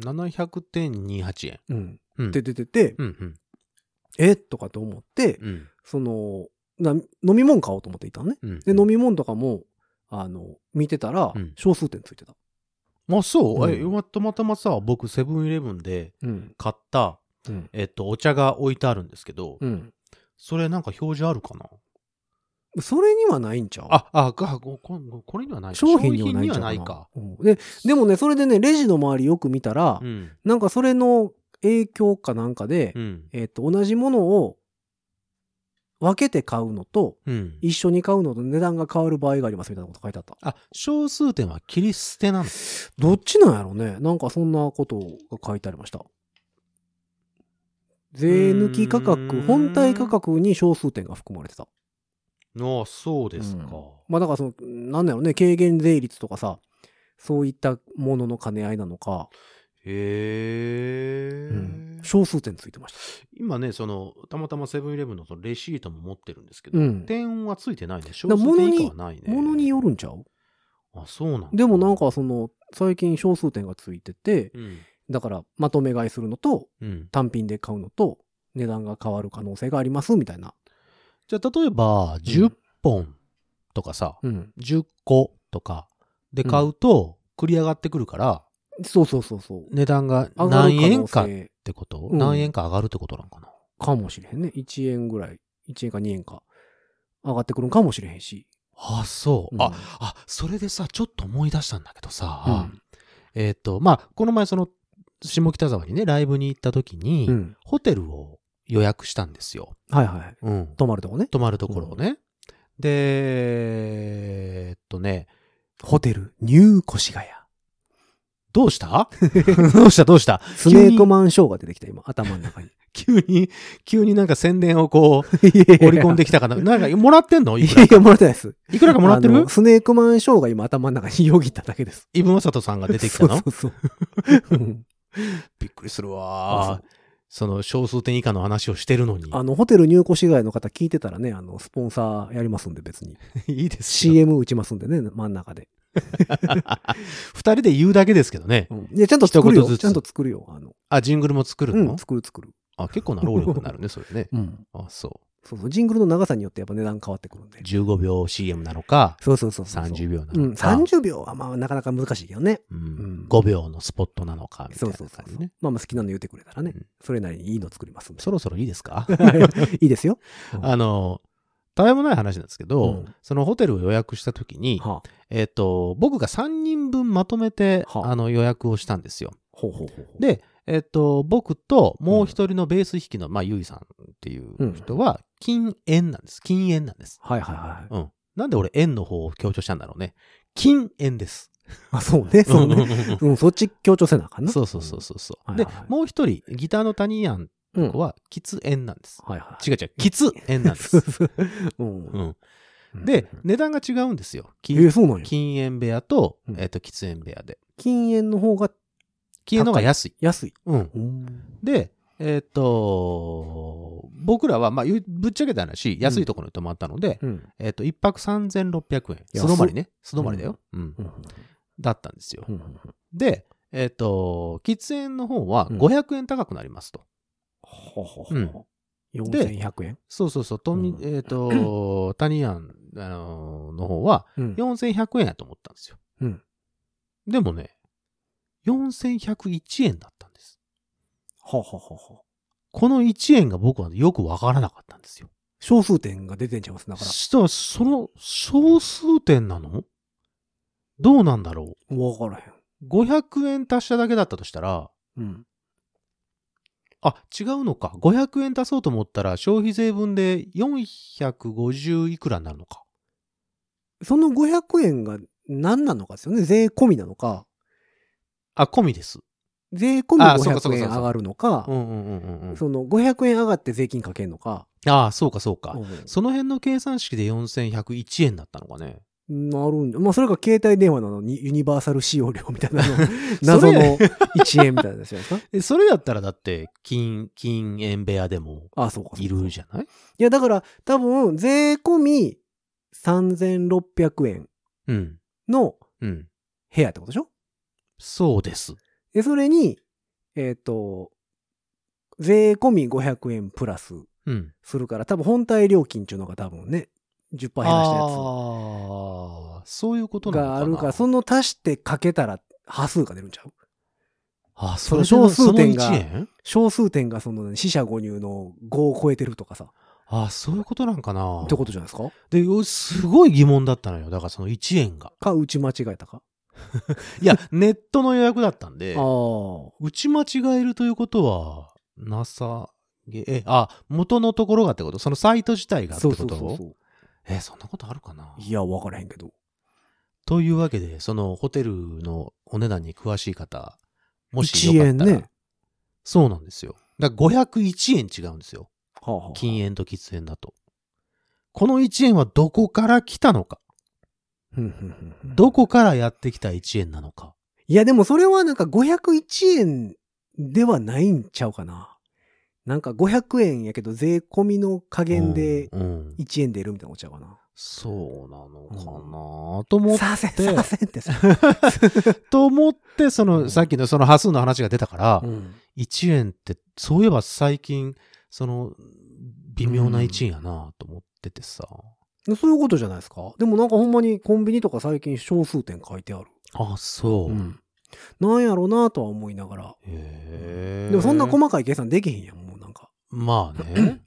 700.28円。
うん、
うん
って出てて、
うんうん
えとかと思って、
うん
そのな飲み物買おうと思っていたのね。
うん。
で、飲み物とかも、あの、見てたら
うん、
小数点ついてた。
まあそう、え
うん
またまたまさ、僕、セブンイレブンで
うん。
買った、
うん。
えっと、お茶が置いてあるんですけど、
うん。
それなんか表示あるかな
それにはないんちゃう
あ、あ、がこここれにはない
商品にはないんちゃう
商
な
品にはか。
うんで、でもね、それでね、レジの周りよく見たら
う、ん。
なんかそれの影響かなんかで
う、ん。
えっと、同じものを分けて買うのと、
うん。
一緒に買うのと値段が変わる場合がありますみたいなこと書いてあった。
あ、小数点は切り捨てなの。
どっちなんやろねなんかそんなことが書いてありました。税抜き価
う
格
ー、ん
本体価格に小数点が含まれてた。
ああ、そうですか。
まあだからその、なんだろうね、軽減税率とかさ、そういったものの兼ね合いなのか、
へえ、
うん小数点ついてました。
今ね、その、たまたまセブンイレブンのそのレシートも持ってるんですけど、
うん
点はついてないね。小
ら
数点以下はないね。
ものによるんちゃう
あ、そうなんだ
でもなんか、その、最近小数点がついてて、
うん。
だからまとめ買いするのと、
うん。
単品で買うのと、値段が変わる可能性がありますみたいな。
じゃあ、例えば、10本とかさ、
うん。
10個とかで買うと、繰り上がってくるから、
そうそうそうそう。
値段が
上がる
何
可
円
能
かっ
性
てこと、
うん
何円か上がるってことなんかな。
かもしれへんね。1円ぐらい、1円か2円か上がってくるんかもしれへんし。
あ、そう。
うん
あ、あ、それでさ、ちょっと思い出したんだけどさ、
うん
えっ、と、まあ、この前その、下北沢にね、ライブに行った時に、
うん。
ホテルを予約したんですよ。
はいはい。
うん。
泊まるとこね。
泊まるところをね。で、えっとね、
ホテル、ニュー越谷。
どうした どうしたどうした
スネークマンショーが出てきた今、頭の 中に。
急に、急になんか宣伝をこう、
織り
織り込んできたかな。なんか、もらってんのい
い
くら
やいや、もらってないです。
いくらかもらって
あ
る
のスネークマンショーが今頭の中によぎっただけです。
イブマサトさんが出てきたの
そうそう そう。うん
びっくりする
あ
わ
そ
ーその少数点以下の話をしてるのに。
あの、ホテル入越谷の方聞いてたらね、あの、スポンサーやりますんで別に。
いいですよ。
CM 打ちますんでね、真ん中で。
二人で言うだけですけどね
う。ん、で、ちゃんと作る
一言
よ。
ずつ
ちゃんと作るよ。あの、
あ、ジングルも作る
う
の
ん、作る作る。
あ、結構な労力になるね、それね。
うん。
あ、そ
そうそう、ジングルの長さによってやっぱ値段変わってくるんで
う。。15秒 CM なのか、
そうそうそうそう。
30秒な
うん、
のか。
30秒はまあなかなか難しいけどね。
うん
うん
5秒のスポットなのか、みた
そ
いうな
そうそ
感
う
じ
そう
ね。。
まあまあ好きなの言ってくれたらね
うん。
それなりにいいの作りますんで。
そろそろいいですか
いいですよ。
あの、たわいもない話なんですけど、
うん
そのホテルを予約した時に、
はあ、
えっ、と、僕が3人分まとめて、
はあ
あの予約をしたんですよ。
ほうほうほうほう。
で、えっ、と、僕ともう一人のベース弾きの、まあ、ゆいさんっていう人は、禁煙なんです。禁煙なんです。
はいはいはい。
うん。なんで俺、円の方を強調したんだろうね。禁煙です。
あ、そうね、そうね。うん、そっち強調せなあかんな。
そうそうそうそうそう。
はい
で
はいはい、
もう一人、ギターの谷やん
うん。うん。
子は、喫煙なんです。
はい はい。
違う違う、喫煙なん で
そう
す。
そう。うん
う。ん。
うん
で、値段が違うんですよ。
え
禁
ーそうなんや。
禁煙部屋と
う、ん
えっと、喫煙部屋で。
禁煙の方が
禁煙の方が安い。
安い。
うん。
うん。
で、えっ、と、僕らは、まあ、ゆぶっちゃけた話、安いところに泊まったので、
うん。
えっ、と、一泊3600円。
安い
素泊まりね。素泊まりだよ。うん
うん。
だったんですよ
う。ん。
で、えっ、と、喫煙の方は
うん
500円高くなりますと。
ほうほ
う
うんほう。4100円
そうそうそう、とみ
うん
え っ、と、タニアン、あのーの方は
うん
4100円やと思ったんですよ。
うん
でもね、4101円だったんです。
ほうほうほうほう。
この1円が僕はよくわからなかったんですよ。
小数点が出てんちゃいます、だか
したら、その小数点なのどうなんだろ
ら。わからへん。
う ?500 円足しただけだったとしたら、
うん。
あ、違うのか。500円足そうと思ったら、消費税分で450いくらになるのか。
その500円が何なのかですよね。税込みなのか、
あ、込みです。
税込み
あそうかそう
500
かそう
円
か
上がるのか
う、んうんうんうんうん。
その500円上がって税金かけんのか、
ああ、そうかそうか。
うん
その辺の計算式で4101円だったのかね。
なるんだまあ、それが携帯電話なのにユニバーサル使用料みたいな の謎の1円みたいなやつじゃないですか。
えそれだったらだって、金、金円部屋でも
ああ、そうかそうか。
いるじゃない
いや、だから多分、税込み3600円
うん。
の
うん。
部屋ってことでしょ
そうです。
で、それに、えっ、と、税込み500円プラス
うん。
するから、多分本体料金っていうのが多分ね、10%減
あ
らしたや
あー、そういうこと
つ
なのかな
があるから、その足してかけたら、波数が出るんちゃう
あ、
そ
そ
の小
れ小
数
数
点
点
が
が。その1円
小数点がその、ね、四捨五入の5を超えてるとかさ、
あ、そういうことなんかな。
ってことじゃないですか
で、おすごい疑問だったのよ。だからその1円が。
か、打ち間違えたか。
いや、ネットの予約だったんで
あ、あ。
打ち間違えるということは、なさげ、え、あ、元のところがってことそのサイト自体がって
そ
こ
う
と
そうそうそう。
え、そんなことあるかない
や、わからへんけど。
というわけで、そのホテルのお値段に詳しい方、もし
1
よか
円
ったら、
ね。
そうなんですよ。だから501円違うんですよ。
はあはあ
禁煙と喫煙だと。この1円はどこから来たのか
ふんふんふんふん
どこからやってきた1円なのか
いや、でもそれはなんか501円ではないんちゃうかな。なんか500円やけど税込みの加減で
うんうん
1円出るみたいなことちゃうかな。
そうなのかなと思っ
させ
て
させんってさ。
と思って、そうの、
ん
さっきのその波数の話が出たから
う、ん
1円って、そういえば最近、その、微妙な1円やなと思っててさ。
そういうことじゃないですか。でもなんかほんまにコンビニとか最近小数点書いてある。
あ、そう。
うんなんやろうなとは思いながら。
へー
でもそんな細かい計算できへんやん、もうなんか。
まあね。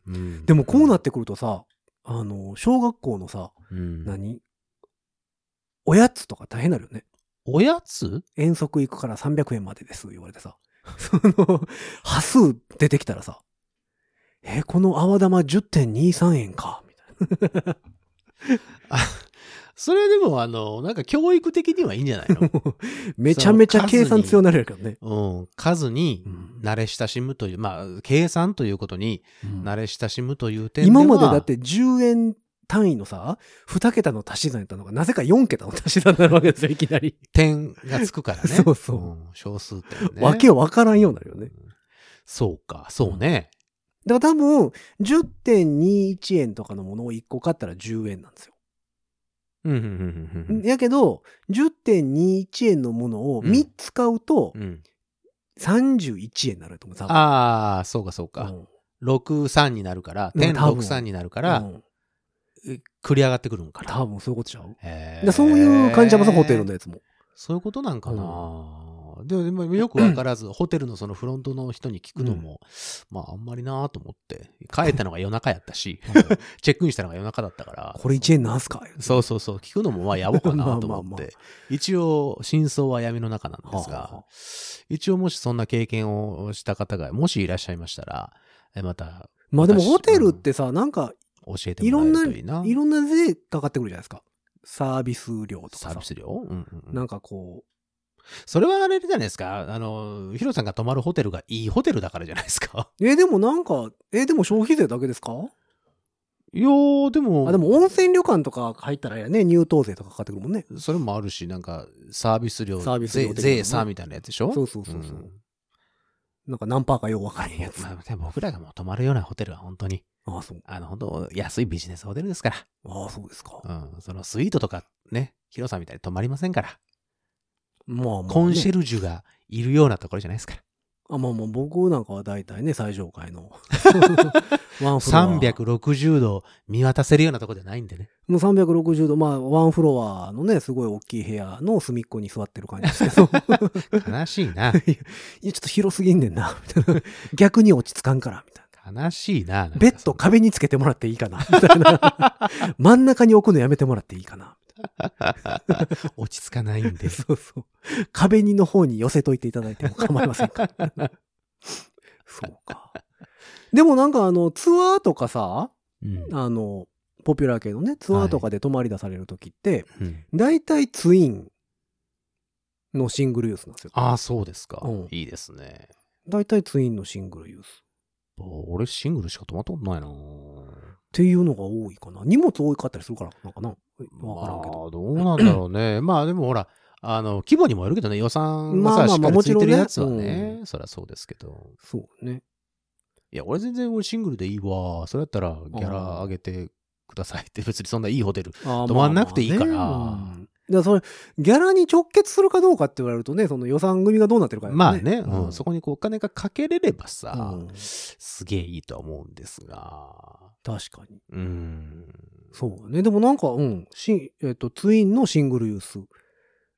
でもこうな
っ
ってくるとさ、あの、小学校のさ、
うん、
何おやつとか大変なるよね。
おやつ
遠足行くから300円までです、言われてさ。 その、波数出てきたらさ、え、この泡玉10.23円か、 みたいな。
それでも、あの、なんか教育的にはいいんじゃないの
めちゃめちゃ計算強になれるけどね。
うん。数に
うん
慣れ親しむという、まあ、計算ということに慣れ親しむという点では、
今までだって10円単位のさ、2桁の足し算やったのが、なぜか4桁の足し算になるわけですよ、いきなり。
点がつくから ね。
そうそうん
小数点ね。
わけわからんようになるよね。
そうか、そうね。
だから多分、10.21円とかのものを1個買ったら10円なんですよ。
うん、うん、うんうん
やけど、10.21円のものを3つ買うと、
うん、うん。
31円になると思う。多分
ああ、そうか、そう
う
か。
ん
六63になるから、
うん
点
多分
63になるか
う
ら、
ん
繰り上がってくるんかな。
多分そういうことちゃう。
へー
でそういう感じちゃいます、ホテルのやつも。
そういうことなんかな。でもでもよくわからず、ホテルのそのフロントの人に聞くのも、まああんまりなと思って、帰ったのが夜中やったし、 チェックインしたのが夜中だったから、
これ1円なんすか
そうそうそう、聞くの もまあやぼかなと
まあま
思っ
あまあ
て、一応真相は闇の中なんです
はあは
が、一応もしそんな経験をした方が、もしいらっしゃいましたら、えまた
まあでもホテルってさ、なんか、
教えて
い
も
ろ
らえ
ん
る
な、
とい
い
いな。
ろんな税かかってくるじゃないですか。サービス料とか
サー
さ
ビ。ス料、うんうんうん
なんかこ
それはあれじゃないですか。あの、ヒロさんが泊まるホテルがいいホテルだからじゃないで すか。
う、え、でもなんか、え、でも消費税だけですか
いやー、でも、
あ、でも温泉旅館とか入ったらやね、入湯税とかかかってくるもんね。
それもあるし、なんか、サービス料、
サービス料
税
的な
税差みたいなやつでしょ
そうそうそうそう。
ん
なんか何パーかよう分からへんやつ。
まあ、でも僕らがもう泊まるようなホテルは本当に、
ああ、そう。
あの、本当安いビジネスホテルですか
ああ、そうですか。
ら。うん。そのスイートとかね、広さんみたいに泊まりませんから。
まあまあ、ね。
コンシェルジュがいるようなところじゃないですから。
あ、まあまあ、僕なんかは大体ね、最上階 の。ワンフロア。
360度見渡せるようなところじゃないんでね。
もう360度、まあ、ワンフロアのね、すごい大きい部屋の隅っこに座ってる感じですけど。
悲しいな。
いや、ちょっと広すぎんねんな、 みたいな。逆に落ち着かんから、みたいな。
悲しいな。なんか
ベッド壁につけてもらっていいかな、みたい な。真ん中に置くのやめてもらっていいかな。
落ち着かないんで。
そうそう。壁にの方に寄せといていただいても構いませんか。 そうか。でもなんかあの、ツアーとかさ、
うん
あの、ポピュラー系のね、ツアーとかで泊まり出されるときって、
うん
大体ツインのシングルユースなんですよ。
ああ、そうですか
うん。
いいですね。
大体ツインのシングルユース。
あ俺シングルしか泊まったことないな
っていうのが多いかな。荷物多かったりするから、なんかな。わからんけど。
まあ、どうなんだろう ね。まあでもほら、あの、規模にもよるけどね、予算
ま
が
あ
さ、
ま
し
あ
っ
ま
か
あ
りついてるやつは
もちろん
ね
ね、
そりゃそうですけど。
そうね。
いや、俺全然俺シングルでいいわ。それやったらギャラ上げてくださいって、別にそんないいホテル。
止
止まんなくていいから
だからそれ、ギャラに直結するかどうかって言われるとね、その予算組がどうなってるかやから
まあね、うんそこにこうお金がかけれればさ、
うん
すげえいいとは思うんですが。
確かに。
うん。
そうね。でもなんか、うん、しえっ、と、ツインのシングルユース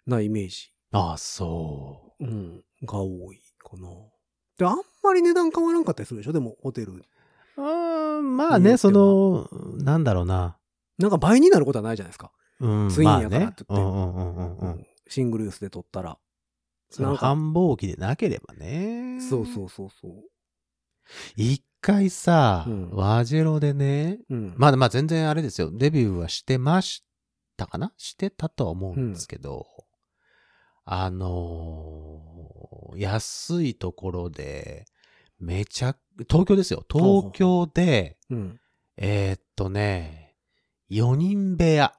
なイメージ、
ああ、そ
うん、が多いかな。で、あんまり値段変わらんかったりするでしょでも、ホテル。
う。うん、ま
によっ
あ
て
ね、
は
その、なんだろうな。
なんか倍になることはないじゃないですか。
うん、
ツインやから
まあね
って言って
うんうんうんうんうん。
シングルユースで撮ったら。
その繁忙期でなければね。
そうそうそうそう。
一回さ、
うん
ワジェロでね、
うん。
まだまあ全然あれですよ、デビューはしてましたかなしてたとは思うんですけど、あのー安いところで、めちゃ、東京ですよ。東京で、
うん。
えーっとね、4人部屋、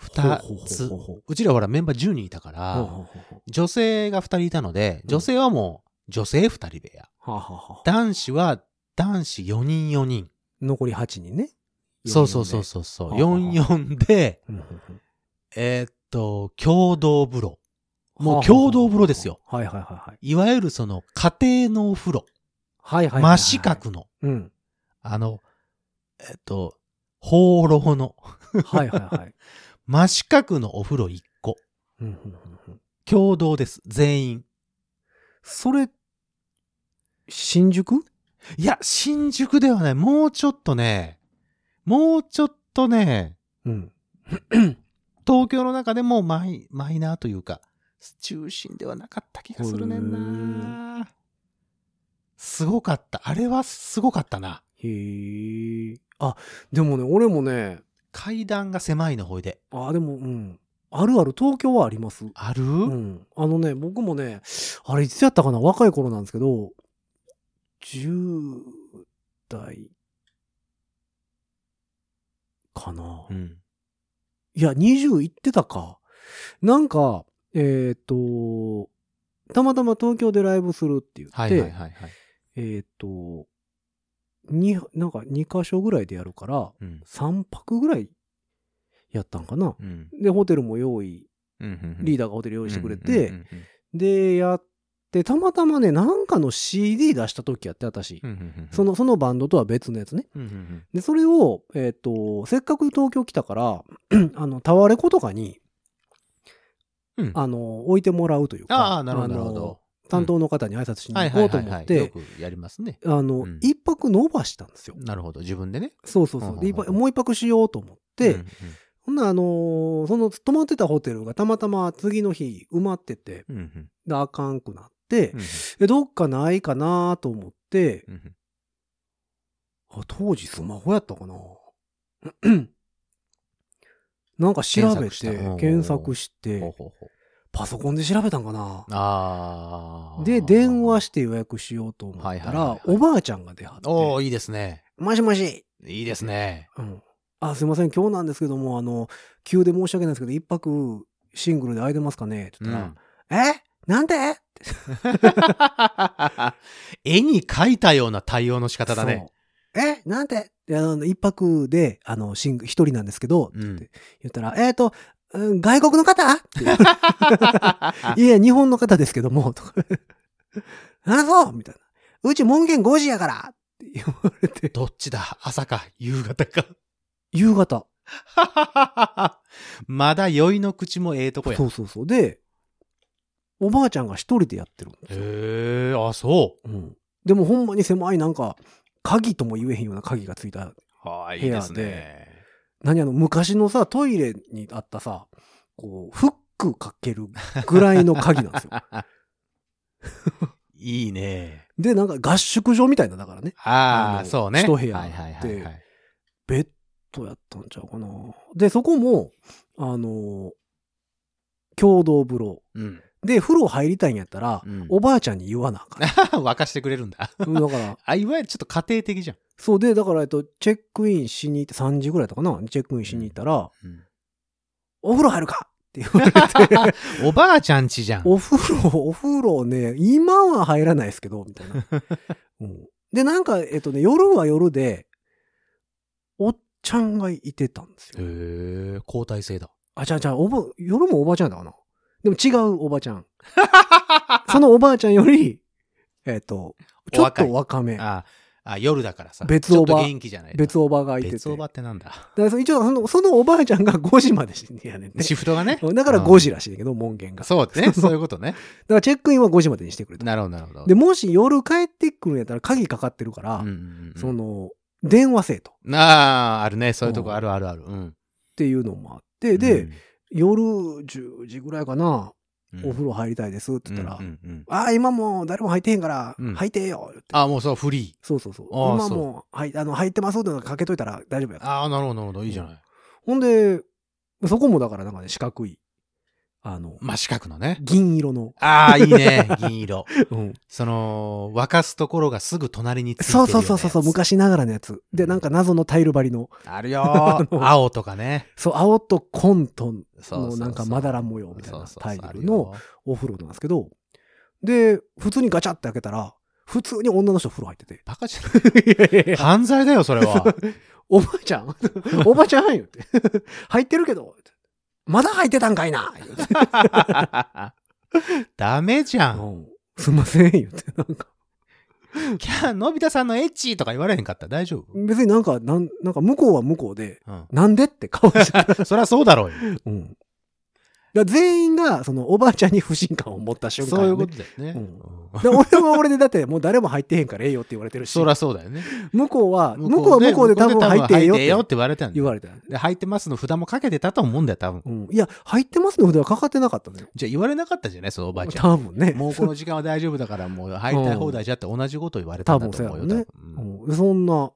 2
ほうほうほ
つ
うほう。
うちらほらメンバー10人いたから、
ほうほうほうほ
女性が2人いたので、女性はもう女性2人部屋。
うはあはあはあ
男子は男子4人4人。
残り8人ね。
そうそうそう
そ
そうそう。
はあはあ
44で、
うん。うんうん
えーっと、共同風呂。もう
はあはあはあ
共同風呂ですよ。
はいはいはいはい。
いわゆるその家庭のお風呂。
はいはいはい、
真四。角の、
うん。
あの、えーっと、放浪の、
はいはいはい。
真四角のお風呂1個。
うんうんうんうん
共同です。全員。
それ、新宿
いや、新宿ではね、もうちょっとね、もうちょっとね、
うん。
東京の中でもマイマイナーというか、中心ではなかった気がするねんな。すごかった。あれはすごかったな。
へえ。あ、でもね、俺もね、
階段が狭いのほいで。
あ、でも、うん。あるある、東京はあります。
ある、
うん。あのね、僕もね、あれいつやったかな若い頃なんですけど、10代かな。
うん
いや、20行ってたか。なんか、えっ、と、たまたま東京でライブするって言って、
はいはいはいはい。
えっ、と、に、なんか2箇所ぐらいでやるから、
うん。
3泊ぐらいやったんかな。
うん。
で、ホテルも用意、リーダ
ダー
ーがホテル用
を
意してくれて、、で、やって、たまたまね、なんかの CD 出した時やって、私。そ
の、
の、そのバンドとは別のやつね。
うんうん
で、それを、えっ、と、せっかく東京来たから、 あの、タワレコとかに、
うんうん
あの、置いてもらうというか、
ああ、なるほど、なるほ
あの
ど。
担当の方に挨拶しに
はい
行
は
こ
い
と
うはい
思
は
っ
い。よ
て、
くやりますね。
あ
う
の
ん、
一、泊伸ばしたんですよ。
なるほど。自分でね。
そうそうそう。で、一
うんうんうん
泊もう一泊しようと思って、
うんうん
ほんならあのーその泊まってたホテルがたまたま次の日埋まってて、
うんうん
で、あかんくなって
うん、
でどっかないかなと思って、
うんうん
あ、当時スマホやったかな なんか調べ
検索した
て、
うん
検索し
ほう
て、
ほうほう
パソコンで調べたんかな
ああ。
で、電話して予約しようと思っ
はい
た
はいはいは
ら
い、
おばあちゃんが出はって、
おおいいですね。
もしもし、
いいですね。
うん、あ、すいません、今日なんですけども、あの、急で申し訳ないですけど、一泊シングルで空いてますかねって言ったら、えなんで
絵に描いたような対応の仕方だね。
そう。えなんでであの一泊で、あの、シング、一人なんですけど、
うん
って言ったら、えっ、と、うん外国の方って 言ういや、日本の方ですけども、とか。 あ、そうみたいな。うち門限5時やからって言われて、
どっちだ朝か夕方か。
夕方。
まだ酔いの口もええとこや。
そうそうそう。で、おばあちゃんが一人でやってるんですよ。
へえ、あ、そ
うん、でもほんまに狭いなんか、鍵とも言えへんような鍵がついた。
う。はい
いいですね。 何あの、昔のさ、トイレにあったさ、こう、フックかけるぐらいの鍵なんですよ。
いいね。
で、なんか合宿場みたいな、だからね。
あ
あ
あ、
の
そうね。
一部屋
はいはいはいはい。
ベッドやったんちゃうかな。で、そこも、あのー共同風呂。
うん。
で、風呂入りたいんやったら、
うん
おばあちゃんに言わなあかん。
沸かしてくれるんだ。
うんだから、
あ、いわゆるちょっと家庭的じゃん。
そうで、だから、えっと、チェックインしに行って、3時ぐらいだったかな、チェックインしに行ったら、
うん
お風呂入るかって言われて、
おばあちゃんちじゃん。
お風呂、お風呂ね、今は入らないですけど、みたいな。 うんで、なんか、えっとね、夜は夜で、おっちゃんがいてたんです
へ
よ。
え、交代制だ。
あ、じゃあじゃあ、おば、夜もおばあちゃんだかな。でも違うおばあち ゃん。そのおばあちゃんより、えっと、ちょっと
お
若め。
ああ、夜だからさ。
別おば
ちょっと元気じゃない。
別おばがいてて。
別おばってなんだ。
だからそ一応その、そのおばあちゃんが5時までしやねんね。
シフトがね。
だから5時らしいんだけど、門限が。だか
そうです ね。そういうことね。
らチェックインは5時までにしてくれと。
なるほど、なるほど。
で、もし夜帰ってくるんやったら鍵かかってるから、
うんうんうん、
その、電話せえと。っ
ああ、あるね。そういうとこあるあるある。うん。
ていうのもあって、で、夜10時ぐらいかな、
うん、
お風呂入りたいですって言ったら、
うんうんうん
ああ、今もう誰も入ってへんから、
うん
入ってよ、言って。
ああ、もうそう、フリ
そうそうそう。
あー
今もう、はい、あの、入ってますってのかけといたら大丈夫や
ー。。ああ、なるほど、なるほど。いいじゃない。
ほんで、そこもだからなんかね、四角い、あの、
まあ、四角のね。
銀色の、
ああ、いいね。 銀色。
うん
その、沸かすところがすぐ隣についてる
そ
よ
う
ね。
そうそうそうそう、昔ながらのやつ。で、なんか謎のタイル張りの、
ある よー
あの
青とかね。
そう、青とコントン
そうそう
の
そう
なんかまだら模様みたい
そ
な
うそうそう
タイ
あ
ル
る
の
よ
お風呂なんですけど、で、普通にガチャって開けたら、普通に女の人風呂入ってて
バカじゃ ない。犯罪だよ、それ は。
おばあちゃん おばあちゃん入るって。 入ってるけど、まだ入ってたんかいな言うて
ダメじゃん。
うん すんません、言って。なんか、
キャー、のび太さんのエッチとか言われへんかった大丈夫
別になんか、なんなんか向こうは向こうで、
うん。
なんでって顔して た。
そりゃそうだろうよ。
うん。だから全員が、その、おばあちゃんに不信感を持った 瞬間、ね。
そういうことだよ
う
ね。
んで俺は俺でだってもう誰も入ってへんからええよって言われてるし
そりゃそうだよね。
向こうは向こうは向こうで多分入ってええよ
入ってよっ
って
て言われたんだ
言
よ。
われた、
で入ってますの札もかけてたと思うんだよ、多分。
うん、いや入ってますの筆はかかってなかったんだよ
じゃあ言われなかったんじゃないそのおばあちゃん。
多分ね
もうこの時間は大丈夫だから、もう入りたい放題じゃって同じこと言われたんだと思うよ。
多分そうやろね
多分う
う
ん
んそんな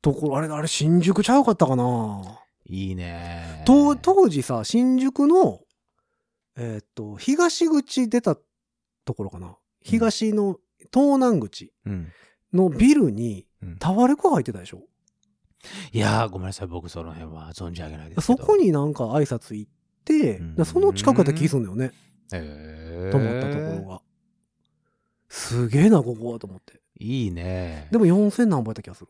ところあれあれ新宿ちゃうかったかな、
いいね。
と当時さ新宿のえーっと東口出たところかな東の東南口
うん。
のビルに
うん
タワレコ入ってたでしょ、
いやー、ごめんなさい、僕その辺は存じ上げないですけ
そ
ど。
こ、になんか挨拶行って、
うん
だからその近くだった気がするんだよね
えー、
と思ったところが。すげえな、ここはと思って。
いいね。
でも4000何倍だった気がする。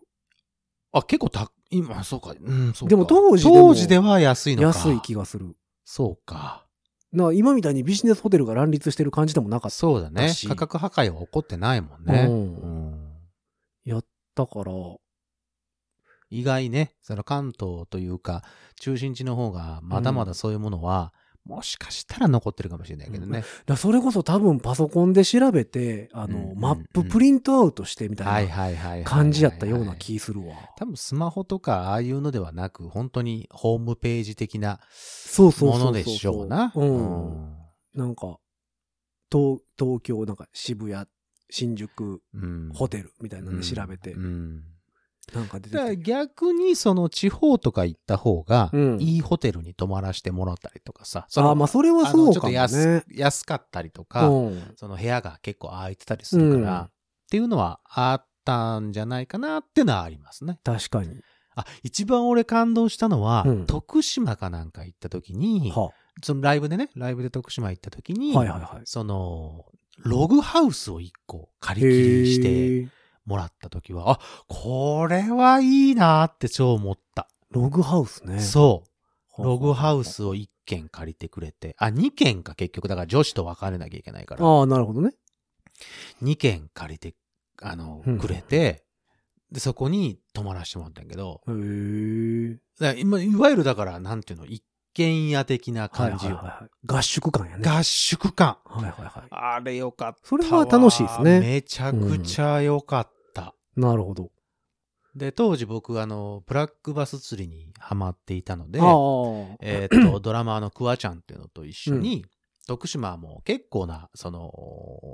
あ、結構た、今、そうか、うん、そうか。
でも当時でも
当時では安いのか。
安い気がする。
そうか。
な今みたいにビジネスホテルが乱立してる感じでもなかっ
そうだね
だ。し
価格破壊は起こってないもんね。
うん
うん
たから、
意外ね、その関東というか、中心地の方が、まだまだそういうものは、もしかしたら残ってるかもしれないけどね。
だそれこそ多分パソコンで調べて、あの、
うんうんうん
マッププリントアウトしてみ
は
た
い
いな
はいはいはい。
感じやったような。気するわ。
多分スマホとかああいうのではなく、本当にホームページ的な
そうそうそう
も
そう。
のでしょうな。
うん。なんか、東東京、なんか渋谷、新宿、
うん。
ホ
テ
テルみたいなんで調べて、
うん。
なんか出て
だから
きて。
逆にその地方とか行った方が、
うん
いいホテルに泊まらせてもらったりとかさ、そ
あ
の
あー、まあそれは
あ
そうか
の
も
ちょっと
ね。
安安かったりとか、
うん
その部屋が結構空いてたりするから、
うん
っていうのはあったんじゃないかなってのはありますね。
確かに。
あ、一番俺感動したのは、
うん
徳島かなんか行った時に、
は
そのライブでね、ライブで徳島行った時に、
はいはいはい
その、ログハウスを一個借り切りにして
へー
もらった時は、あ、これはいいなって超思った。
ログハウスね。
そう。
はあ
ログハウスを1軒借りてくれて、あ、2軒か結局、だから女子と別れなきゃいけないから、
ああ、なるほどね。
2軒借りて、あの
うん、
くれて、で、そこに泊まらせてもらったんやけど、
へえ。
だから今いわゆるだから、なんていうの、一軒家的な
はい
感
はい
じよ。
はいはい。合宿感やね。
合宿感。
はいはいはい。
あれよかったわ。
それは楽しいですね
めちゃくちゃよかった。
なるほど。
で、当時僕、あの、ブラックバス釣りにハマっていたので、
ああ。
えー っと、ドラマーのクワちゃんっていうのと一緒に、徳島も結構な、その、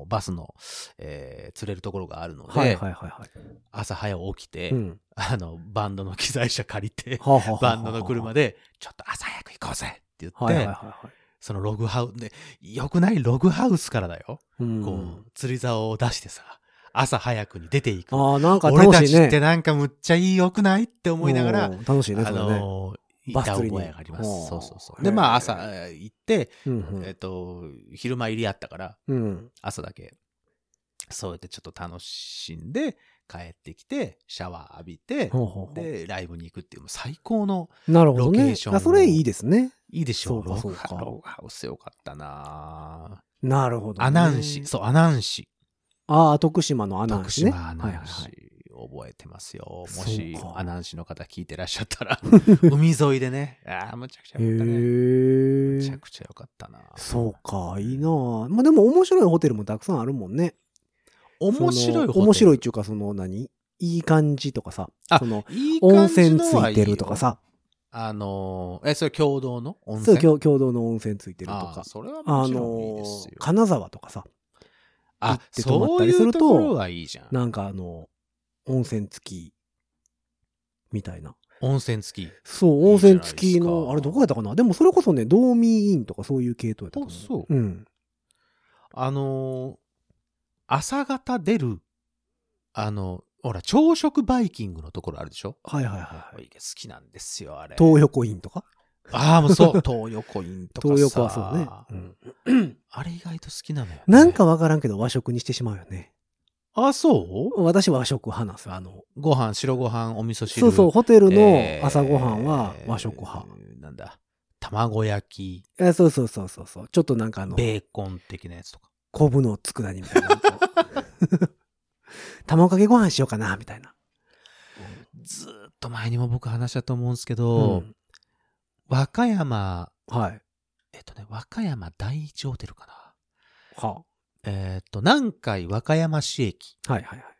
バスの、えー釣れるところがあるので、
はいはいはいはい。
朝早起きて、
うん。
あの、バンドの機材車借りて、
はあはあはあはあ
バンドの車で、ちょっと朝早く行こうぜって言って、
はいはいはいはい。
そのログハウス、で、よくないログハウスからだよ。
うん
こう、釣り竿を出してさ、朝早くに出ていく。
ああ、なんか
俺た
楽し
ち
いね。
ってなんかむっちゃいいよくないって思いながら、
うん、楽しいね、
あ
それね。
のー、い
バス
た
釣
覚
りに
えがありま
お。
す
ー
そうそうそう。
へ
で、
ー
まあ朝えー行って、
うん
えっ、と、昼間入りやったから、
うんうん
朝だけ、そうやってちょっと楽しんで、帰ってきて、シャワー浴びて、
ほうほうほう
で、ライブに行くっていう、もう最高の、
なるほど
ロケ
ね
ーショ。ンを
あそれいいですね。
いいでしょ
そうかそう
ロ
か
グログハウスよかったな
なるほど、ね。
アナン市、そう、アナン市。
ああ、徳島のアナウン
徳
スね。
島アナ
はいは
ン
い
市
はい。。
覚えてますよ。も
そうか
し、アナン市の方聞いてらっし ゃったら、海沿いでね。ああ、むちゃくちゃよかったね。
へ
むちゃ
え。
くちゃよかったな。
そうか、いいなあまあでも面白いホテルもたくさんあるもんね。
面白
そ
いホテル。
の面白いっていうか、その何いい感じとかさ。
あ
その
いい
温
感じ
泉つ
のはい
てるとか
いいよ。
さ。
あのー、え、それ共同の温
そう
泉
共、共同の温泉ついてると
あ
か
ー。それはも
あ
ちろんいい
の
ですよ。
金沢とかさ。行
あ
っ、て泊まっ
そ
た
う
り
い
する
う
と
ところはいいじゃん。
なんかあの、温泉付き、みたいな。
温泉付き。
そう、温
いいじゃない
泉
ですか
付きの、あれどこやったかなでもそれこそね、ドーミーインとかそういう系統やったと思
あそう
う。うん。
あのー朝方出る、あの、ほら、朝食バイキングのところあるでしょ
はいはい
あ
はい。
れ好きなんですよ、あれ。
東横インとか
ああ、も うそう、東横インとかさ。
東横はそうね。うん
あれ意外と好きなのよ、
なん、かわからんけど和食にしてしまうよね。
あそう
私和食派なんですよ。あの、
ご飯、白ご飯、お味噌汁。
そうそう、ホテル
え
の
ー
朝ごはんは和食派。。
えーなんだ。卵焼き、
えそうそうそうそうそう。ちょっとなんかあの、
ベーコン的なやつとか。
昆布の佃煮みたいな。 なんか卵かけご飯しようかな、みたいな。
ずーっと前にも僕話したと思うんですけ
う
ど、
ん
和歌山、
はい。
えっとね、和歌山第一ホテルかな。
は
えーっと、南海和歌山市駅
あはいはいはい。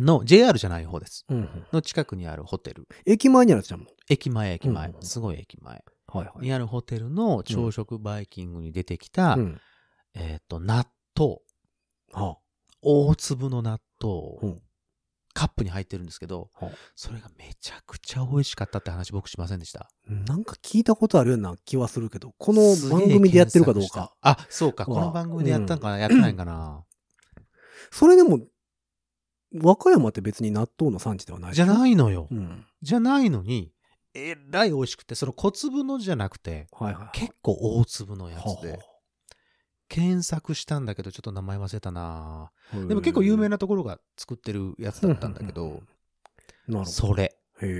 の JR じゃない方です。
うんうん
の近くにあるホテル。
駅前にあるじゃんもん。
駅前、駅前
う。ん
すごい駅前。
はいは
にあるホテルの朝食バイキングに出てきた、
うん。
えーっと、納豆。
は
大粒の納豆を
うん
カップに入ってるんですけど
はあ、
それがめちゃくちゃ美味しかったって話僕しませんでした。
あなんか聞いたことあるような気はするけど、こ
こ
の番組でやってるかどうか。。
あ、そうか。
うわ
この番組でやったんかなやってないんかな
それでも、和歌山って別に納豆の産地ではない
じゃないいのよ
う。ん。
じゃないのに、えらい美味しくて、その小粒のじゃなくて、
はいはい。
結構大粒のやつ
は
で
あは。
検索したんだけど、ちょっと名前忘れたな
あ
でも結構有名
な。
なところが作ってるやつだったんだけ
うんうん
ど、
なるほ
それ、
ど。へ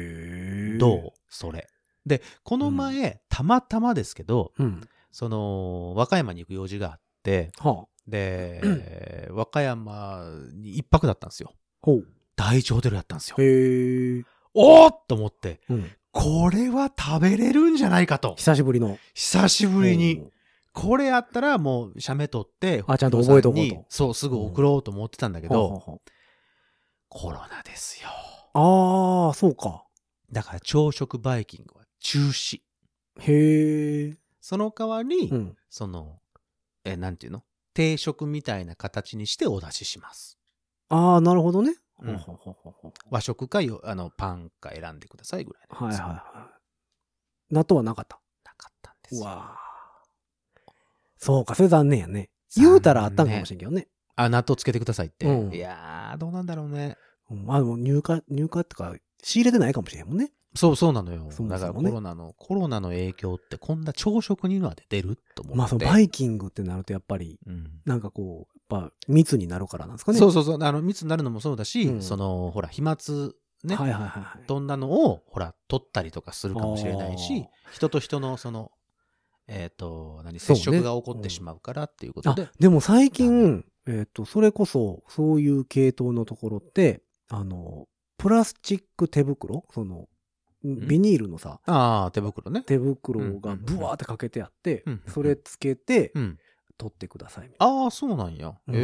え。
どうそれ。で、この前、たまたまですけど、
うん。
その、和歌山に行く用事があって、
はあ。
で、和歌山に一泊だったんですよ。
ほう。
第一ホテルやったんですよ。
へえ。
おーっと思って、
うん。
これは食べれるんじゃないかと。
久しぶりの。
久しぶりに
ほ。う。
これやったらもう、写メ撮って、
あちゃんと覚えとこうと
お父さんにそう、すぐ送ろうと思ってたんだけ
はあ
ど、
はあは
コロナですよ。
ああー、そうか。
だから朝食バイキングは中止。
へえ。
その代わり、
うん。
その、え、なんていうの定食みたいな形にしてお出しします。
ああ、なるほどね。
うん
はあはあはあはあ
和食かよ、あの、パンか選んでくださいぐらいの
はい
や
は
つ
いはい。納豆はなかった。
なかったんです
う
よ。
わーそうか、それ残念やね。言うたらあったんかもしれんけどね。
あ、納豆つけてくださいって。
うん
いやー、どうなんだろうね。
うんまあでも入荷、入荷ってか、仕入れてないかもしれんもんね。
そうそうなのよ。
そもそもね
だからコロナの、コロナの影響ってこんな朝食にまで出ると思って。
まあそのバイキングってなるとやっぱり、
うん
なんかこう、やっぱ密になるからなんですかね。
そううそうそう。あの、密になるのもそうだし、
うん
その、ほら、飛沫ね。
はいはいはいはい。
どんなのを、ほら、取ったりとかするかもしれないし、人と人の、その、えっ、と、何、
そ
接
うね
触が起こってしまうからっていうこと
あ
で、、
でも最
ダ
近、えっ、と、それこそ、そういう系統のところって、あの、プラスチック手袋その、ビニールのさ、
ああ、手袋ね。
手袋がブワーってかけてあって
うん、
それつけて
う、ん。
取ってくださいみたいな。
ああ、そうなんや。
うん
へ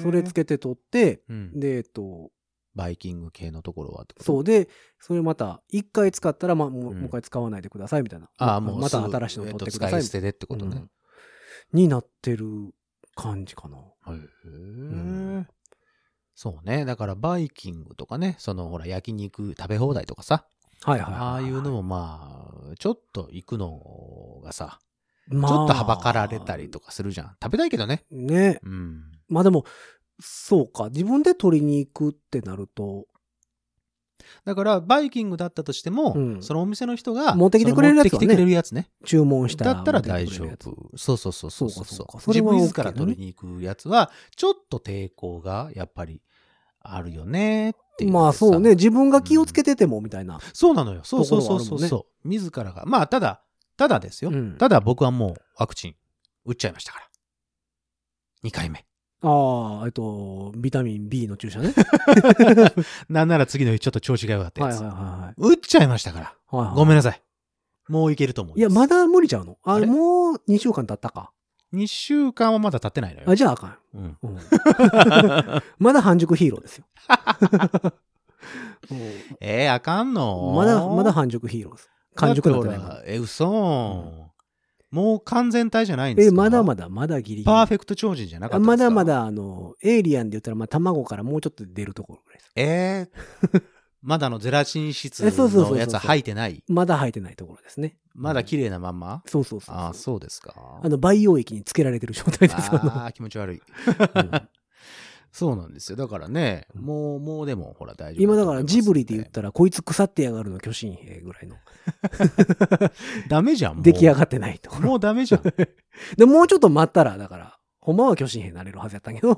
え。
それつけて取って、
うん。
で、えっと、
バイキング系のところはってこと
そうで、それまた、一回使ったら、まあ、もうも
うん
う一回使わないでくださいみたいな。
ああ、
ま
もう
ますた
ぐ、
新しいの
えっ
取
と
ってくださ
使
い
い
み
捨
たい
てでってこ
な。
とね。
うんになってる感じかな。
へえ
ん。
そうね。だから、バイキングとかね、その、ほら、焼肉食べ放題とかさ、
はいはいはい。
ああいうのもまあ、ちょっと行くのがさ、
まあ
ちょっとはばかられたりとかするじゃん。食べたいけどね。
ね。
うん。
まあでも、そうか。自分で取りに行くってなると、
だから、バイキングだったとしても、
うん
そのお店の人が、
持ってきてくれるやつはね
その持ってきてくれるやつね。
注文した
だ
ら。
ったら大
出てく
丈
れるやつ。
夫。そうそうそうそうそう
そうかそうかそれ
自
は OK だ
分
ね
自ら取りに行くやつは、ちょっと抵抗がやっぱりあるよねっていうさ。
まあそうね。自分が気をつけてても、みたいな。
そうなのよ。そうそう
ところ
そう
はある
そ
も
うん
ね
そう。自らが。まあ、ただ、ただですよ、
うん
ただ僕はもうワクチン打っちゃいましたから。2回目。
ああ、えっと、ビタミン B の注射ね。
なんなら次の日ちょっと調子が良かった
はい
や
はいは
つ。
いはい。
打っちゃいましたから。
はいはい
ごめんなさい。もういけると思う。
いや、まだ無理ちゃうのあ
あれ
もう2週間経ったか。
2週間はまだ経ってないのよ
あ、。じゃああかん。
うん
うん まだ半熟ヒーローですよ。う
えー、あかんの
んまだ、まだ半熟ヒーローです。完熟だ
だ
っ
ってて
なか
ないいからら。え、嘘、もう完全体じゃないんです
え、
か
まだ
だ。
まだ、まだギリギリ。
パーフェクト超人じゃなかったですか
まだま。だ、あの、エイリアンで言ったら、まあ、卵からもうちょっと出るところぐらいです。
えー まだのゼラチン質
えそうそうそうそ
の
う
やつは吐いてない。
まだ生えてないところですね。
まだ綺麗なまんま、
そうそうそうそう。
ああ、そうですか。
あの、培養液につけられてる状態です。あ
ああ、気持ち悪い。
のうん
そうなんですよ。だからね、
うん
もう、もうでも、ほら、大丈夫。
今だからジブリで言ったら、こいつ腐ってやがるの巨神兵ぐらいの
ら。ダメじゃん、もう。
出来上がってないところ。
もうダメじゃん。
で、 もうちょっと待ったら、だから、ほんまは巨神兵になれるはずやったんやけど、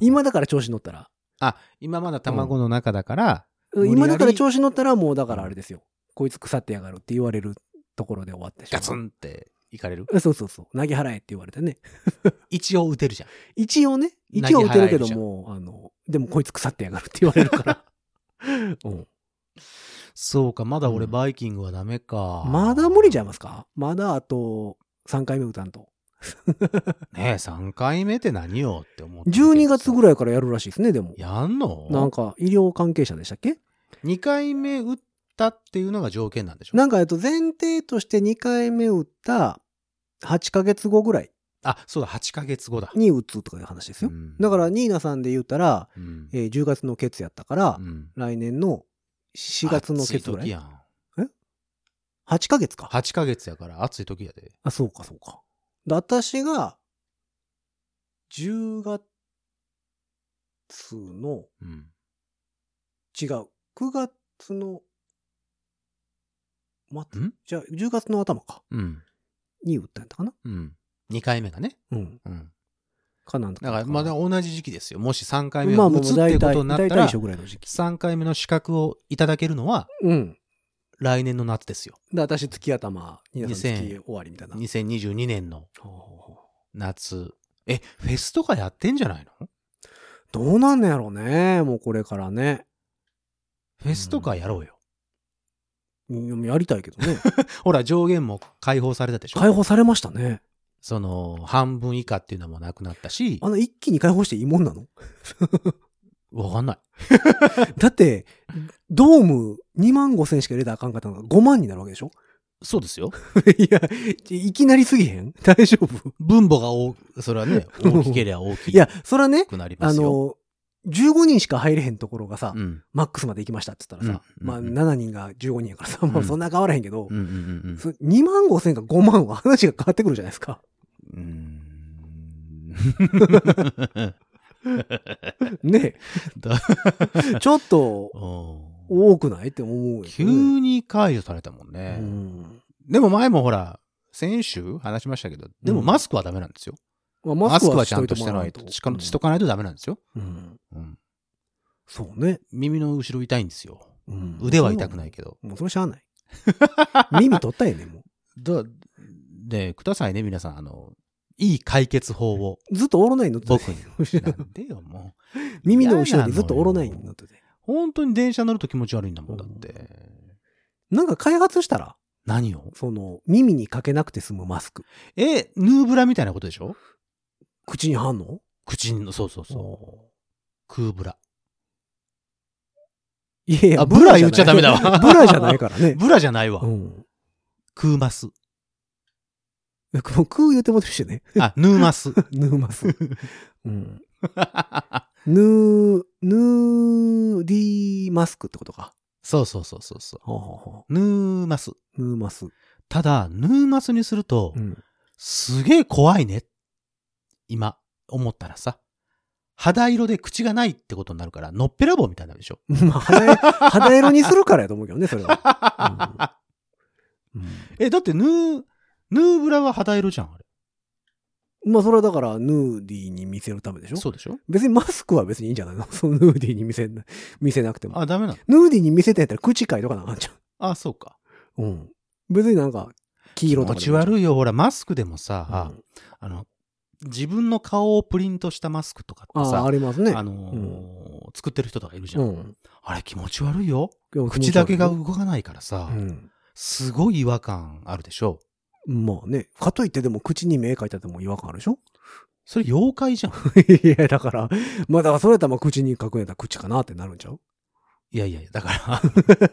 今、
今だから調子乗ったら、
あ、 今まだ卵の中だから、無理やり
今だから調子乗ったらもうだからあれですよ。こいつ腐ってやがるって言われるところで終わってしまう。
ガツンっていかれる
そうそうそう。投げ払えって言われてね。
一応打てるじゃん。
一応ね、一応打てるけども、あの、でもこいつ腐ってやがるって言われる から。うん
そうか、まだ俺、
うん
バイキングはダメか。
まだ無理ちゃいますかまだあと3回目打たんと。
ねえ、3回目って何よって思って。
12月ぐ
らい。
らいからやるらしいですね、でも。
やんの
なんか医療関係者でしたっけ
?2 回目打ったっていうのが条件なんでしょ
なんかえっと前提として2回目打った8ヶ月後ぐらい
あ、そうだ、8ヶ月後だ。
に打つとかいう話ですよ
う。ん
だから、ニーナさんで言ったら、
うん
えー10月のケツやったから、
うん
来年の4月のケツぐら
暑い時
い
やん。
8ヶ月か。
8ヶ月やから暑い時やで。
あ、そうか、そうか。で、私が、10月の、
うん。
違う、9月の、ま、
ん
じゃあ、10月の頭か。
うん。
に打ったんやったかな
うん。2回目がね。
うん。
うん。
かなん
だから、ま
ま
あ、
だ
同じ時期ですよ。もし3回目
まあ、
を
も
打
う
つって
大体、
ことになった
大体
ら
一緒、ぐらいの時期。
3回目の資格をいただけるのは
うん。
来年の夏ですよ。
で、私、月頭、ニーナさん
2000
月終わりみたいな。
2022年の
ほうほうほう
夏。え、フェスとかやってんじゃないの
どうなんのやろうね、もうこれからね。
フェスとかやろうよ。
うんやりたいけど ね。
ほら、上限も解放されたでしょ
解放されましたね。
その、半分以下っていうのもなくなったし
あ、の、一気に解放していいもんなの
わかんない。
だって、ドーム2万5千しか入れたらあかんかったのが5万になるわけでしょ
そうですよ。
いや、いきなりすぎへん 大丈夫
分母が大、それ はね、大きければ大き
いや、それはね、
くなりま
あ
すよ。
の、15人しか入れへんところがさ、
うん。
マックスまで行きましたって言ったらさ、
うん
まあ
うん
7人が15人やからさ、まあ
うん
そんな変わらへんけど、
うんうんうん
そ2万5千か5万は話が変わってくるじゃないです か。
うん。
ね
だ
えちょっと
う
多くないって思うよ
ん
ね。
急に解除されたもん
う
ね。
ん。
でも前もほら、先週話しましたけど、でもマスクはダメなんですよ。
まあ
マ
マス
ス
ク
クは
は
ちゃんとして
もらわ
ないいと。しかもしとかないとダメなんですよ。
うん
うん
そうね。
耳の後ろ痛いんですよ。
うん
腕は痛くない。けど。
もうそれしゃあない。耳取ったよね、も
だで、くださいね、皆さん。あの、いい解決法を
う。ずっとオロナイン乗ってた
僕
よ。
に。なんでよ、もう。
耳の後ろにずっとオロナイン乗ってて。
本当に電車乗ると気持ち悪いんだもん、だって。
なんか開発したら、
何を
その、耳にかけなくて済むマスク。
え、ヌーブラみたいなことでしょ
口に反応
口の、そうそうそう。
そ
クーブラ。
う。いやいや、
あブラ言っちゃダメだ
ブラ
わ。
じゃない ブラじゃないから ね。
ブラじゃないわ
う。ん。
クー マス。
えもう空言うてもってるしね。
あ、ヌーマス。
ヌーマス。うん。ヌー、ヌーディーマスクってことか。
そうそうそうそうそ
ほうほうほ
う。ヌーマス。
うヌーマス。
ただ、ヌーマスにすると、
うん。
すげえ怖いね。今、思ったらさ。肌色で口がないってことになるから、のっぺらぼうみたいになるでしょ。
まあ、肌色肌色にするからやと思うけどね、それは。うん
え、だってヌー、ヌーブラは肌色じゃん、あれ。
まあ、それはだから、ヌーディーに見せるためでしょ
そうでしょ
別にマスクは別にいいんじゃないの そのヌーディーに見せ、見せなくても。
あ、ダメなの
ヌーディーに見せてんやったら口かいとかなあかんじ
あ、そうか。
ゃん。うん。別になんか、黄色
気
とか
持
でも
ち悪いよ。ほら、マスクでも
うん
さ
あ、
あの、自分の顔をプリントしたマスクとかって
あ、
さ、
ありますね。
あのー作ってる人とかいるじゃ。
うんん。
あれ気持ち悪いよ。
でも気持
口
ち悪
だ
い
けが動かないからさ、
うん。
すごい違和感あるでしょ。
まあね。かといってでも口に目描いたっても違和感あるでしょ
それ妖怪じゃん。
いや、だから、まあだからそれやったらまあ口に描くんやったら口かなってなるんちゃう
いやいやいや、だか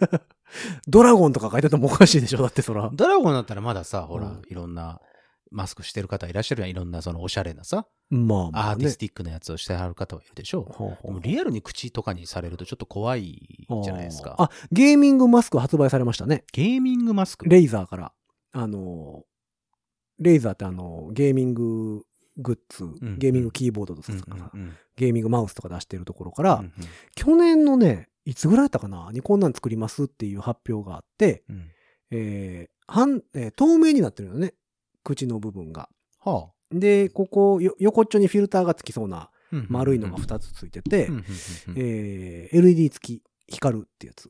ら、
ドラゴンとか描いててもおかしいでしょだ ってそら。
ドラゴンだったらまださ、ほら、
うん
いろんな、マスクしてる方いらっしゃるやん。いろんなそのおしゃれなさ、
まあま
ア
あ
ーティ
ね
ス。ティックなやつをしてはる方はいるでしょ
ほう
う。
ほ
でも
う
リアルに口とかにされるとちょっと怖いじゃないですか。
あ、ゲーミングマスク発売されましたね。
ゲーミングマスク
レイザーから。あのー、レイザーってあのー、ゲーミンググッズ、
ん
ゲーミングキーボードとか
う
さ、
んうんうん
ゲーミングマウスとか出してるところから、
うん
去年のね、いつぐらいだったかなにこんなん作りますっていう発表があって、
うんうん
えー半えー透明になってるよね。口の部分が。
はあ
で、ここ、よ横っちょにフィルターがつきそうな
うん
丸いのが2つついてて、
うんうんうんうん
えー LED 付き光るってや つ。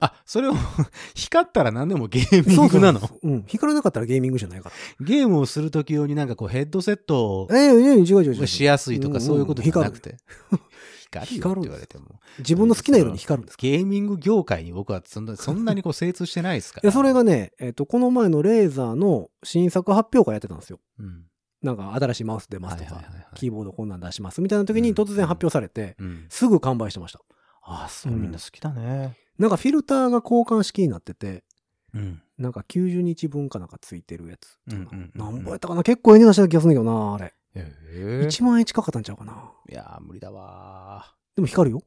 あ、それを 光ったら何でもゲーミングなの
そうそうそううん。光らなかったらゲーミングじゃないから。
ゲームをするとき用になんかこうヘッドセット
えー、いやいや違う違う違う
をしやすいと
う
か
ん
そういうことじゃなくて。光るよって
光る
言われても。
自分の好きな色に光るんですか
ゲーミング業界に僕はそんなそんなにこう精通してないですか
い
ら。
や、それがね、えっ、と、この前のレーザーの新作発表会やってたんですよ。
うん、
なんか、新しいマウス出ますとか、
はいはいはいはい
キーボードこんなん出しますみたいな時に突然発表されて、
うん。
すぐ完売してました。
あ、そう、
うん
みんな好きだね。
なんか、フィルターが交換式になってて、
うん。
なんか90日分かなんかついてるやつ。
うんうんうん
なんぼやったかな結構ええ値段してた気がするんだけどな、あれ。
え
1万円近かったんちゃうかな。
いやー、無理だわ
でも光るよ。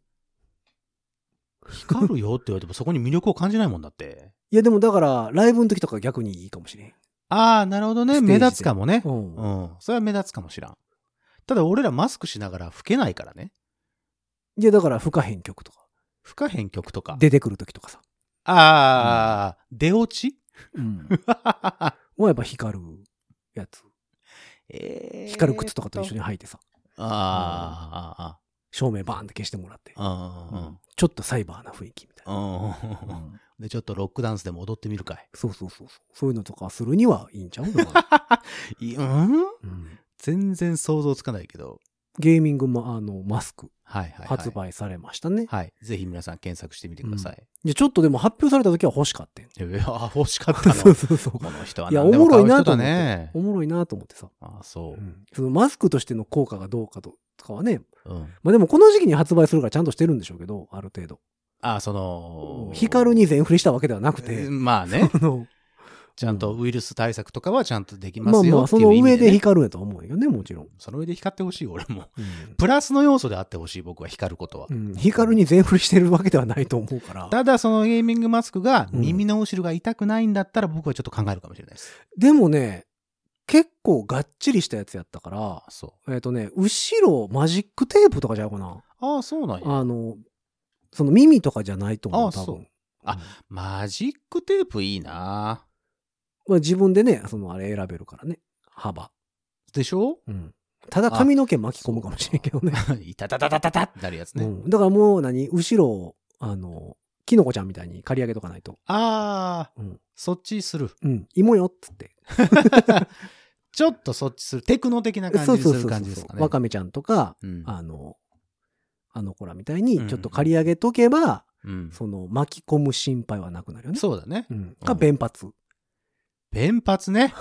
ー。光るよって言われてもそこに魅力を感じないもんだって。
いや、でもだから、ライブの時とか逆にいいかもしれん。
ああ、なるほど
ステ
ね。
ージで
目立つかもね。
うん。
うん。それは目立つかもしらん。ただ俺らマスクしながら吹けないからね。
いや、だから、吹かへん曲とか、
吹かへん曲とか。
出てくる時とかさ。
ああ、出落ち
うん。はやっぱ光るやつ。
えー
光る靴とかと一緒に履いてさ、
あ
照明バーンって消してもらって
ー、あー、あー
ちょっとサイバーな雰囲気みたい
あ
な。
ー、うん。うん。で、ちょっとロックダンスでも踊ってみるか い。
そうそうそうそう。そういうのとかするにはいいんちゃうだ から、
いうん
うん
全然想像つかないけど。
ゲーミングも、あの、マスク
はいはい、はい。
発。売されましたね。
はい。ぜひ皆さん検索してみてください。
でちょっとでも発表された時は欲しか ったよね。
いや、欲しかった
そう
の。
そうそう。
この人はい
や、
何
お
でも
もろ
買
いうな
人
と
だ
思って
ね。。
おもろいなと思ってさ。
ああ、そう。
そのマスクとしての効果がどうかとかはね、
うん。
まあでもこの時期に発売するからちゃんとしてるんでしょうけど、ある程度。
ああ、その、
光に全振りしたわけではなくて、
まあね、
あの
ちゃんとウイルス対策とかはちゃんとできま
ます
よ
あ
っていう意味で、ね。
まあ、その上で光るんやとは思うよね、もちろん。
その上で光ってほしい、俺も。
うん
プラスの要素であってほしい、僕は光ることは。
うん、光に全振りしてるわけではないと思うから。
ただ、そのゲーミングマスクが
うん
耳の後ろが痛くないんだったら、僕はちょっと考えるかもしれないです。
でもね、結構がっちりしたやつやったから、
あそ
えっ、とね、後ろマジックテープとかじゃないかな。
う。ああ、そうなんや。
あの、その耳とかじゃないと思う、
あ
多
そう
分。
あマジックテープいいな
まあ自分でね、そのあれ選べるからね、幅。
でしょ
うん。ただ髪の毛巻き込むかもしれんけどね。
いたたたたたたってなるやつね。
うん、だからもう何、後ろを、あの、キノコちゃんみたいに刈り上げとかないと。
ああ、
うん。
そっち する。
うん。芋よっつって。
ちょっとそっちする。テクノ的な感じにする感じですかね。
わかめちゃんとか、
うん
あの、あの子らみたい
うん
に、ちょっと借り上げとけば、
うん
その、巻き込む心配はなくなるよね。
そうだね
う。ん。か、
うん
弁髪。
弁髪ね。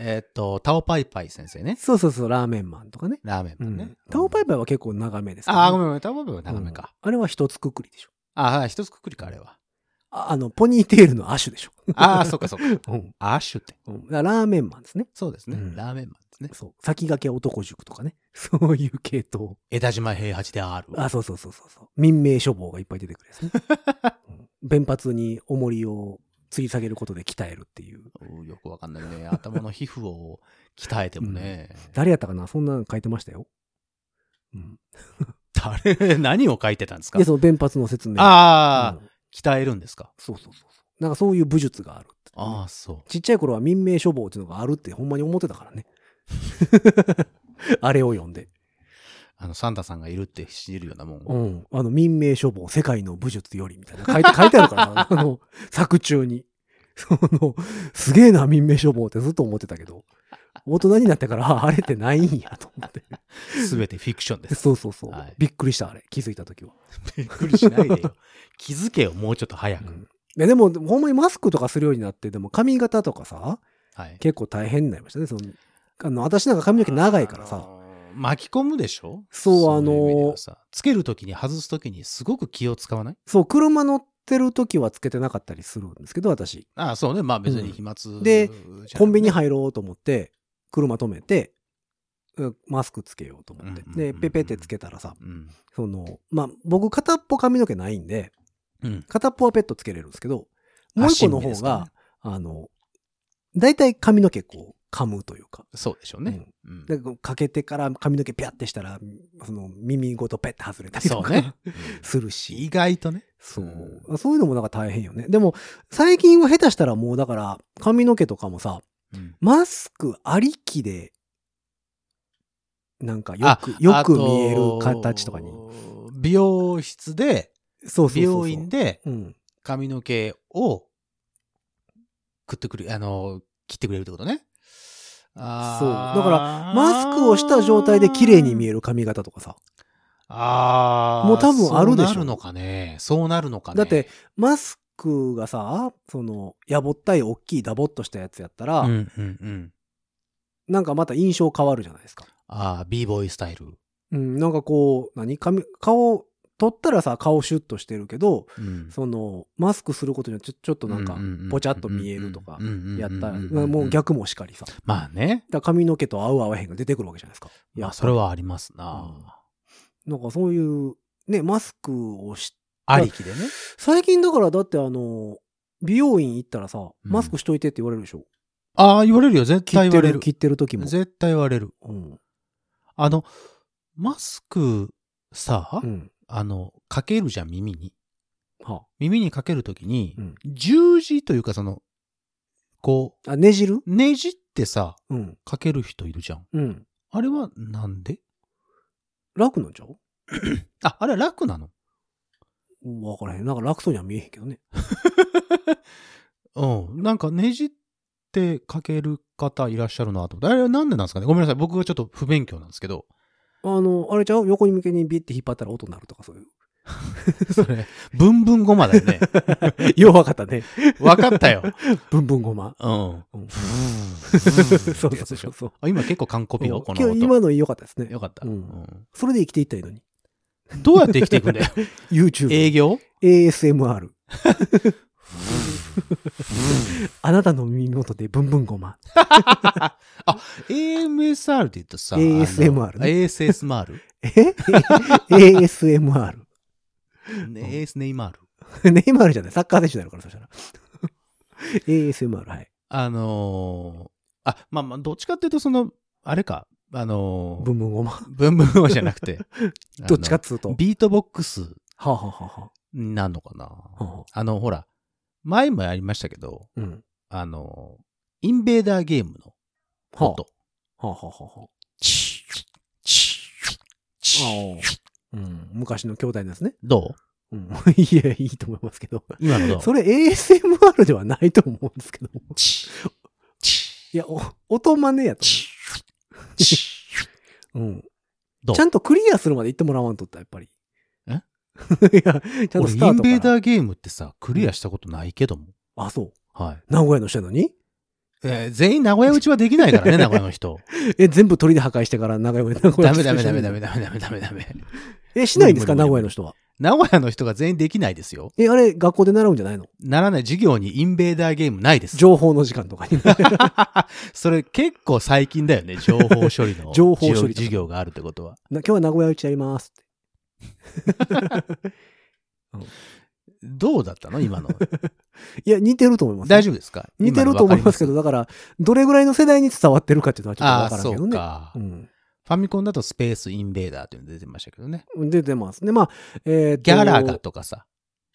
えーっと、タオパイパイ先生ね。
そうそうそう、ラーメンマンとかね。
ラーメン
う
マン
ん
ね。
タオパイパイは結構長めですからね、
ああ、ごめんごめん。タオパイパイは長めか。
うん。あれは一つくくりでしょ。
ああ、一つくくりか、あ れは。
ああの、ポニーテールの亜種でしょ。
ああ、そっかそっか。
うん。
アッシュって。
うんだからラーメンマンですね。
そうですね。
うん
ラーメンマンですね。
そう。先駆け男塾とかね。 そういう系統。
枝島平八である。
あ、そうそうそうそうそう。民命処方がいっぱい出てくるやつね。うん弁髪に重りを吊り下げることで鍛えるっていう。
うんよくわかんない ね。頭の皮膚を鍛えてもね。
誰やったかなそんなの書いてましたよ。うん。
誰、何を書いてたんですか
で、その弁髪の説明。
ああ、
うん
鍛えるんですか
そうそうそうそう。なんかそういう武術があるって
ああ、そ
ちっちゃい頃は民命処方っていうのがあるってほんまに思ってたからね。あれを読んで。
う。あの、サンタさんがいるって知るようなもん。
うん。あの、民命処方、世界の武術よりみたいな。書いて、書 いてあるからなあの、作中に。その、すげえな、民命処方ってずっと思ってたけど、大人になってから、ああれってないんやと思って。
すべてフィクションで す。
そうそうそう。
はい
びっくりした、あれ。気づいた時は。
びっくりしないでよ。 気づけよ、もうちょっと早く。
うんいやでも、ほんまにマスクとかするようになって、でも髪型とかさ、
はい。
結構大変になりましたね。そのあの私なんか髪の毛長いから
あ
さ。
のー。巻き込むでしょ
そう
い意味では
あのー
さつけるときに外すときにすごく気を使わない
そう、車乗ってる時はつけてなかったりするんですけど、私。
ああ、そうね。まあ別
う
に
ん
飛沫、
で、コンビニ
入
入ろうと思って、車止めて、うんマスクつけようと思って
うん。
で、ペペってつけたらさ、
うん。
その、まあ、僕片っぽ髪の毛ないんで、
うん。
片っぽはペットつけれるんですけど、もう一個の方
あ新聞ですか
が
ね、
あの、だいたい髪の毛こう、噛むというか。
そうでしょう
うん
ね。うん
でこうかけてから髪の毛ピャってしたら、その耳ごとペッて外れたりと
そう
か、
ね。うん
するし。
意外とね。
そう。そういうのもなんか大変よね。でも、最近は下手したらもうだから、髪の毛とかもさ、
うん
マスクありきで、なんかよく、よく見える形とかに
あ。美容室で、
そうそうそうそう。
美容院。で
うん。
髪の毛を食ってくる、あの、切ってくれるってことね。、
そうだからマスクをした状態で綺麗に見え
る。
る髪型とかさ。
ああ。
もう多分あるでしょ
そうなるのかね。そうなるのかね。
だって、マスクがさ、その、やぼったい大きいダボっとしたやつやったら、
うんうんうん。
なんかまた印象変わるじゃないですか。
ああ、b ボーイスタイル。
うん、なんかこう、何髪、顔、取ったらさ、顔シュッとしてるけど、
うん
そのマスクすることによってちょちょっとなんか
うううう
ぽちゃっと見えるとか
うんうんうんうん
やったら
んんん
もう逆もしかりさだか
まあね。
ら髪の毛と合う合わへんが出てくるわけじゃないですかい
まあ、それはありますな。
なんかそういうねマスクをし
ありきでね。
最近だからだってあの美容院行ったらさ
ん
マスクしといてって言われるでしょ、
ああ、言われるよ。絶
切
対
っ
言
て
われ
る
る。
切ってる時も、
絶対言われる。
うん
あの、マスクさ、
うん
あの、かけるじゃん、耳に。
は
耳にかけるときに、
うん
十字というか、その、こ
あ、あねじる
う、ねじってさ、
うん
かける人いるじゃん。
うん
あれはなんで
楽なんちゃう
あ、あれは楽なの
分からへんなんか楽そうには見えへんけどね
うん。なんかねじってかける方いらっしゃるなと思って。あれはなんでなんですかねごめんなさい。僕がちょっと不勉強なんですけ ど。
あのあれちゃう横に向けにビッて引っ張ったら音鳴るとかそういう
それ、ブンブンゴマだ よね。
よう分かったね
わかったよ。
ブンブンゴマ
うん。
うん
そ
そうそうそうそう。
あ今結構完コピよ、この
今日
音。
今の良かったですね。
よかった、
うん
うん
それで生きていったらいいのに。
どうやって生きていく んだよ。営
YouTube、
業
ASMR。あなたの耳元でブンブンゴマ。
あ、AMSR って言うとさ、
ASMR
あの ASSMR?
え ?ASMR。
ね AS ネイマール。
ネイマールじゃない。サッカー選手になるから、そしたら。ASMR、はい。
あのー、あ、まあまあ、どっちかっていうと、その、あれか、あのー、
ブンブンゴマ。
ブンブンゴマじゃなくて、
どっちかっ
あ
つうと。
の
は
ビートボックス
あ、はあはあは
になるのかな。
あはあ、
あの、ほら、前もやりましたけど、
うん。は
あのー、インベーダーゲームの
あ、は
音。
あはあはあはあ。
チーチーチー
うん、昔の兄弟ですね。
ど
うん、 いや、いいと思いますけど。
う今のど う
それ ASMR ではないと思うんですけど。
チーチ
いや、お音真似やと
ーチー
思う。うん。
どう
ちゃんとクリアするまで行ってもらわんとった、やっぱり。
え
いや、ちゃんと
俺、イ
スター
ン
ト
ベー
から。
ダーゲームってさ、クリアしたことないけども。
あ、そう。
はい。
名古屋の人やのに
えー全員名古屋うちはできな いからね、名古屋の人。
え、全部鳥で破壊してから名古屋、名古屋
ダ
の
メ
人
ダメダメ
一
ダ
緒に
メダメダメダメダメ。
え、しないんですか、
無
名
理無
古
理
屋の人は。
名古屋の人が全員できないですよ。
え、あれ、学校で習うんじゃないの
ならない授業にインベーダーゲームないです。
情報の時間とか に。
それ結構最近だよね、情報処理の
情報処理とか
授業があるってことは。
な今日は名古屋うちやりますって。
どうだったの今の。
いや、似てると思います。
大丈夫ですか
似てると思いますけど、だから、どれぐらいの世代に伝わってるかっていうのはちょっと
あ
わ
あ
か
ー、
らん
そ
けど
う
ね。
か、
うん
ファミコンだとスペースインベーダーっていうの出てましたけどね。
出てますね。まあ、えーと
ギャラガとかさ、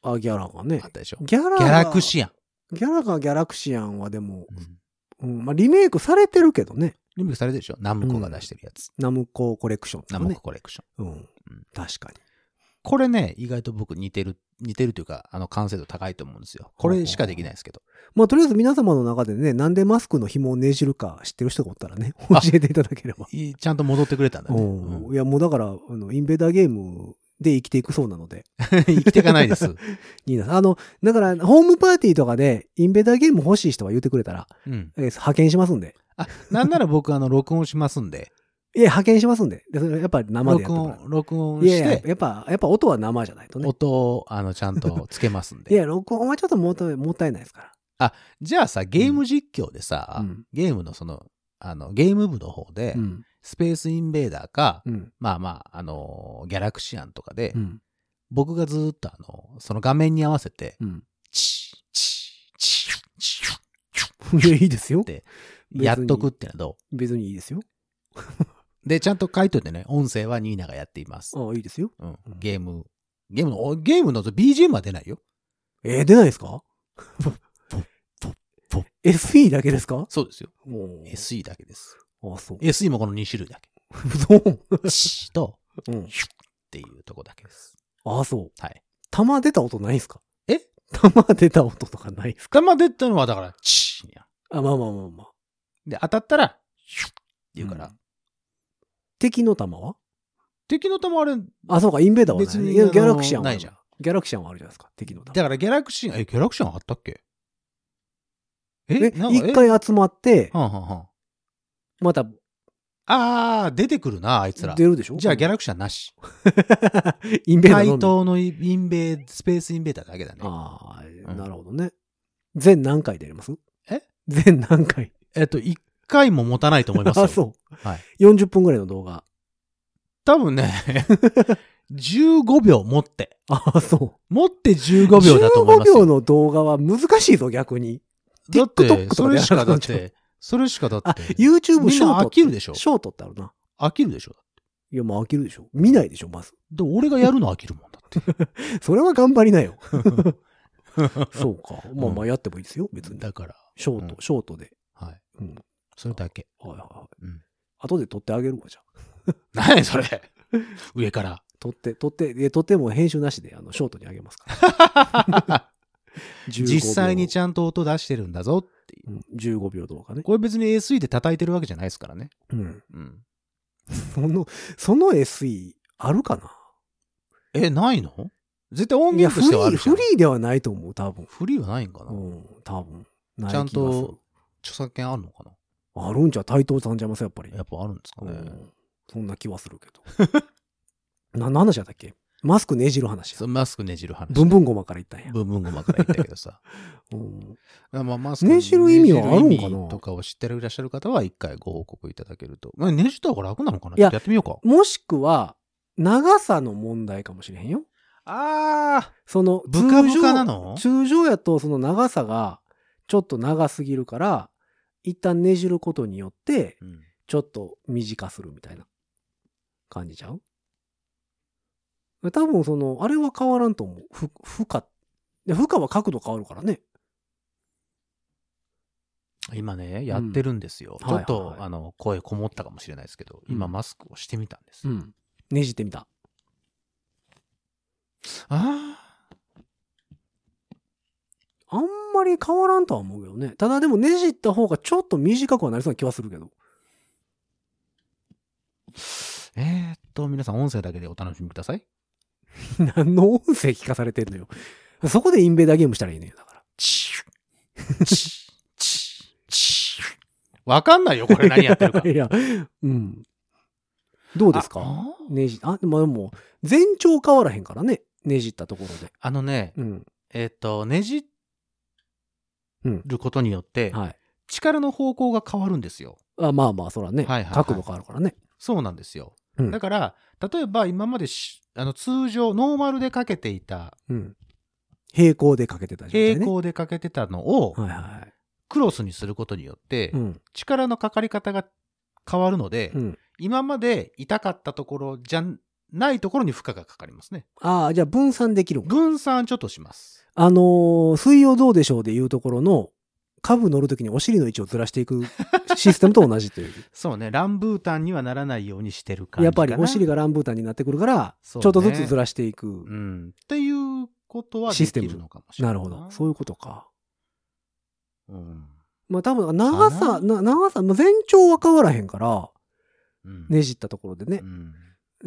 あ、ギャラがね
あっ。たでしょ。
ギャラ
ギ
が
ャラクシアン。
ギャラがギャラクシアンはでも、
うん
うんまあ、リメイクされてるけどね。
リメイクされてるでしょナムコが出してるやつ。
ナムココレクションとか
ナ
ね、
ムココレクション。
うん。確かに。
これね、意外と僕似てる、似てるというか、あの、完成度高いと思うんですよ。これしかできないですけど。
まあ、とりあえず皆様の中でね、なんでマスクの紐をねじるか知ってる人がおったらね、教えていただければ。
いいちゃんと戻ってくれたんだね。
うん
うん
い や、もうだから、あの、インベーダーゲームで生きていくそうなので、
生きていかないです。
いいな。あの、だから、ホームパーティーとかで、インベーダーゲーム欲しい人は言ってくれたら、
うん。
えー派遣しますんで。
あ、なんなら僕、あの、録音しますんで。
いや、派遣しますんで。でそれやっぱり生でやっ
録
てもら
音、録音
う。いや
し
いや、
て、
やっぱ、やっぱ音は生じゃないとね。
音を、あの、ちゃんとつけますん
いや、
で。
録音はちょっともったいもったいないですか
じゃあさ、ゲーム実況でさ、
うん
ゲームのその、あの、ゲーム部の方で、
ら。うん。
スペースインベーダーか、
うん。
まあまあ、あの、ギャラクシアンとかで、
うん。
僕がずーっとあの、その画面に合わせて、
うん。
チーチーチーチー
いや、いいですよ。
でやっとくってのはど
別にいいですよ。
うで、ちゃんと書いといてね、音声はニーナがやっています。
ああ、いいですよ。
うん、ゲーム、ゲームの、おゲームの BGM は出ないよ。
えー出ないですか
ポッポッ
?SE だけですか
そうですよ。
も
SE だけです。
う。あ、そう。
SE もこの2種類だ け。
そう。
チーと、
うん。
ヒュッっていうとこだけです。
あ、そう。
はい。
弾出た音ないんすか
え
弾出た音とかないんすか
ま出たのはだから、チーや
あ、まあまあまあまあ。
ん。で、当たったら、ヒュッって言うから、
うん敵の弾は
敵の弾あれ、
あ、そうか、インベーダーはない。
別に
いや
あの
ギャラクシアンは
ないじゃん。
ギャラクシアンはあるじゃないですか、敵の弾。
だからギャラクシー、え、ギャラクシアンあったっけえ、
え
なんか、
一
え
回集まって、
はんはんはん。
また
あー、出てくるな、あいつら
出。るでしょ
じゃあギャ
ラ、
ラクシアンなし。
インベーダーの
対
み。
等のイインベー、スペースインベーダーだけだね。
ああ、
うん
なるほどね。全何回出れます
え
全何回
えっと、一回も持たないと思いますよ。
あ、そう。
はい
40分ぐらいの動画。
多分ね、15秒持って。
あ、そう。
持って15秒だと思いますよ。
15秒の動画は難しいぞ、逆に。
だっ
TikTok とかでやらなくなっちゃ
て、
う
それしかだって、それしかだって
あ、、YouTube
みん
ショー
な
トっ
飽
て。
きるでしょ
ショートってあるな。
飽きるでしょ
いや、まあ飽きるでしょ。見ないでしょ、まず。
で、俺がやるの飽きるもんだって。
それは頑張りな よ。そうか。まあ
うん
まあやってもいいですよ、別に。
だから、
ショート、
う
ショートで。
はい。
うん
それだけ。
はいはいはい。
うん
後で撮ってあげるわ、じゃあ。
何それ 上から。
撮って、撮って、で撮っても編集なしで、あの、ショートにあげます から。15秒
実際にちゃんと音出してるんだぞ。
うん15秒動画ね。
これ別に SE で叩いてるわけじゃないですからね。
うん。
うん。
その、その SE、あるかな
え、ないの絶対音
いや、フ
源とし
リ
てはあ
ー、
るじ
フ
ゃん。
リーではないと思う、多分。
フリーはないんかな、
うん、多分。ない
ちゃん
気がする
と。著作権あるのか
あるんちゃう対等さんちゃいます、やっぱり
な。やっぱあるんですか
う
ね。
んそんな気はするけど。 な、何の話だったっけマスクねじる話。
そうマスクねじる話。
ブンブンゴマから言ったんや。
ブンブンゴマから言ったけど さ。
うん
まあ、マス
ねじる意味はあるんかな
ねじる意味とかを知っていらっしゃる方は一回ご報告いただけると。まあ、ねじった方が楽なのかないちょ
や
っとやってみようか。
もしくは、長さの問題かもしれへんよ。
ああ
その、
ブカブカなの
通常通常やとその長さがちょっと長すぎるから、一旦ねじることによって、ちょっと短するみたいな感じちゃう多分その、あれは変わらんと思う。ふ負荷。で負荷は角度変わるからね。
今ね、やってるんですよ。
うん
ちょっと、
はいはいはい
あの、声こもったかもしれないですけど、今
うん
マスクをしてみたんです。
ん。ねじってみた。
あ
あんまり変わらんとは思うけどね。ただでもねじった方がちょっと短くはなりそうな気はするけど。
あ。えー、っと、皆さん音声だけでお楽しみください。
何の音声聞かされてんのよ。そこでインベーダーゲームしたらいいのよ。だか
チュチュチュチュわかんないよ、これ何 やってるか。
ら。いや、うん。どうですか
あ
ねじ、あ、でもでも、全長変わらへんからね。ねじったところで。
あのね、
うん。
えーっと、ねじることによって、
はい。
力の方向が変わるんですよ。
あまあまあ、そらね、
はいはいはい
角度変わるからね。
そうなんですよ。
うん
だから、例えば今までしあの通常、ノーマルでかけていた
うん。平行でかけてた状態ね。
平行でかけてたのを
はいは
クロスにすることによって
い。う、ん。
力のかかり方が変わるので
う、ん。
今まで痛かったところじゃないところに負荷がかかりますね。
ああ、じゃあ分散できるんか。
分散ちょっとします。
あのー水曜どうでしょうでいうところの、株乗るときにお尻の位置をずらしてい くシステムと同じという。
そうね、ランブータンにはならないようにしてる感じ
やっ
かな。
ぱりお尻がランブータンになってくるから、ち
そ
ょっ
うね
とずつずらしていく。
うん。っていうことはできるのかもしれな
ないるほど。そういうことか。
うん。
まあ多分、長さ、
か
な長さ、まあ、全長は変わらへんから、
うん
ねじったところでね
う。ん
だ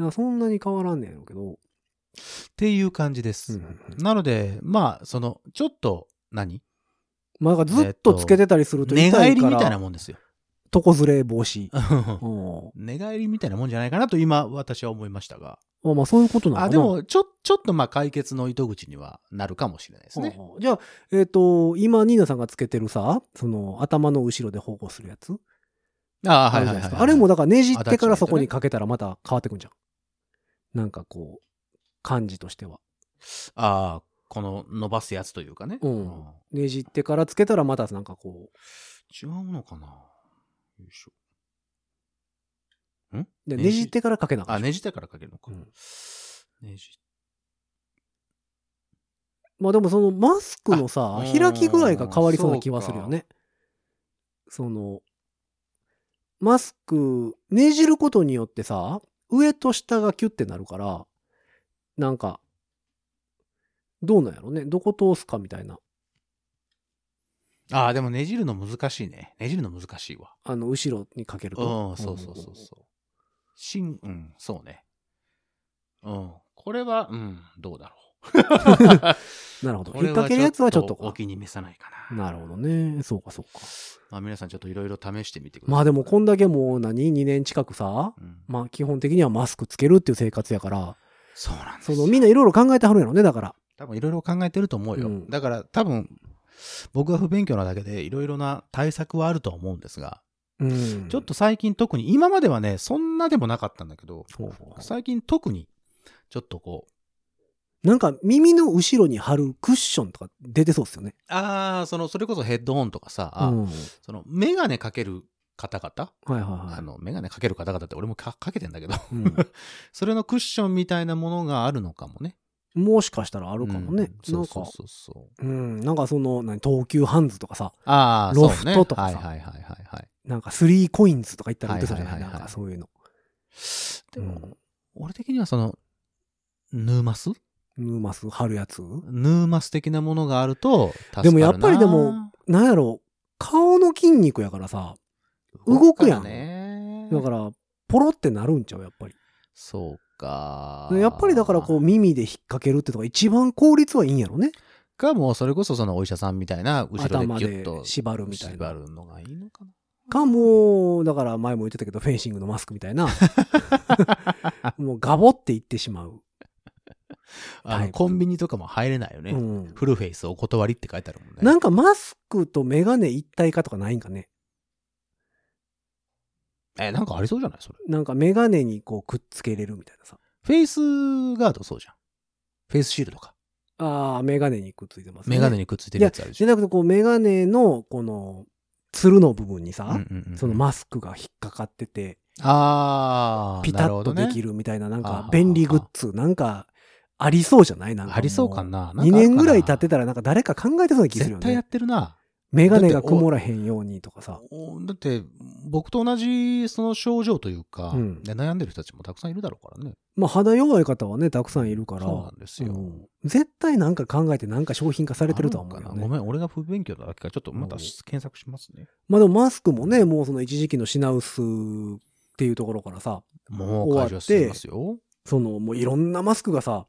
からそんなに変わらんねんやろうけど。
っていう感じです。なので、まあ、その、ちょっと何、
まあ、だからずっとつけてたりすると痛
寝
いから、
返りみたいなもんですよ。
床ずれ防止。うん
寝返りみたいなもんじゃないかなと今、私は思いましたが。
あまあ、そういうことなのかな
あ、でも、ちょ、ちょっとまあ解決の糸口にはなるかもしれないですね。
ほうほうじゃあ、えっ、と、今、ニーナさんがつけてるさ、その、頭の後ろで保護するやつ。
ああ、
あ
は
る
い
じゃな
はいはい
で
い
す
はい。
か。あれも、だから、ねじってから
アタッチメント
そ
ね
こにかけたらまた変わってくんじゃん。なんかこう、感じとしては。
ああ、この伸ばすやつというかね。
うんねじってからつけたらまたなんかこ
違うのかなよいしょ。
う、でね
ねじ
じってからかけなあか
あ、
ん。
ねじってからかけるのか。
うん
ねじ
まあでもそのマスクのさ
あ、
開き具合が変わりそうな気はするよね。その、マスク、ねじることによってさ、上と下がキュッてなるから、なんか、どうなんやろね。どこ通すかみたいな。
ああ、でもねじるの難しいね。ねじるの難しいわ。
あの、後ろにかける
う
と。
ん、そうそうそうそう。しん、うん、そうね。うん。これは、うん、どう だろ
なるほ
う。
ど。
こ
引っ
れ
掛けるやつはちょっと
お
か。
気に召さないかな。
なるほどね。そうかそうか。
まあ皆さんちょっといろいろ試してみてください。
まあでもこんだけもう何 ?2 年近くさ、
うん
まあ基本的にはマスクつけるっていう生活やから、
そうなんで
そ
すよ
のみんないろいろ考えてはるんやろね、だから。
多分いろいろ考えてると思うよ。
うん
だから多分、僕が不勉強なだけでいろいろな対策はあるとは思うんですが、
うん。
ちょっと最近特に、今まではね、そんなでもなかったんだけど、
ほうほうほ
最近特に、ちょっとこう、
うなんか耳の後ろに貼るクッションとか出てそうですよね。
ああ、その、それこそヘッドホンとかさ、あ
うんはい
その、メガネかける方々、
はいはい。
あの、メガネかける方々って俺もかかけてんだけど、
う
それのクッションみたいなものがあるのかもね。
んもしかしたらあるかもね。
うん
な
そ
ん
う
か
そう、そうそう。
うん、なんかその、何、東急ハンズとかさ、
ああ、
ロフトとか
そ
さ
うねはいはいはいはいはい。
なんかスリーコインズとか言ったら売ってたじゃない、
はいはいはいはい
なんかそういうの。
で
う
も、
ん
俺的にはその、ヌーマス
ヌーマス貼るやつ
ヌーマス的なものがあると助かるな、
でもやっぱりでも、なんやろ、顔の筋肉やからさ、動くやん
からね。
だから、ポロってなるんちゃう、やっぱり。
そうか。
やっぱりだからこう、耳で引っ掛けるってとか一番効率はいいんやろね。
か、もうそれこそそのお医者さんみたいな、後ろで
頭
ギュッ
で
と
縛るみたい
縛
な。
るのがいいのかな。
かもう、だから前も言ってたけど、フェンシングのマスクみたい な。もうガボっていってしまう。
あ
タイ
の
プ
コンビニとかも入れないよね、
うん。
フルフェイスお断りって書いてあるもんね。
なんかマスクとメガネ一体化とかないんかね。
え、なんかありそうじゃないそれ。
なんかメガネにこうくっつけれるみたいなさ。
フェイスガードそうじゃん。フェイスシールドか。
あー、メガネにくっついてますね。
メガネにくっついてるやつあるでし
じゃ
ょ。
なくてこうメガネのこの、つるの部分にさ、
うんうんうん
そのマスクが引っかかってて、
あー、
ピタッとで
なるほど
き
ね
るみたいな、なん
あは
か
は
便利グッズ、なんかありそうじゃないなんかも
ありそうか。な。
2年ぐらい経って
た
たらなんか誰か考えてそうな気するよ
絶対や
ね
っ。てるな。
メガネが曇らへんようにとかさ。
おだって、僕と同じその症状というか、
うん
で悩んでる人たちもたくさんいるだろうからね。
まあ肌弱い方はね、たくさんいるから。
そうなんですよ。
うん絶対なんか考えてなんか商品化されてるとは思う
あ
よ
るのかなご
ね。
めん、俺が不勉強だけか、ちょっとまた
うん
検索しますね。
まあでもマスクもね、もうその一時期の品薄っていうところからさ、
もう解除してますよ。
そのもういろんなマスクがさ、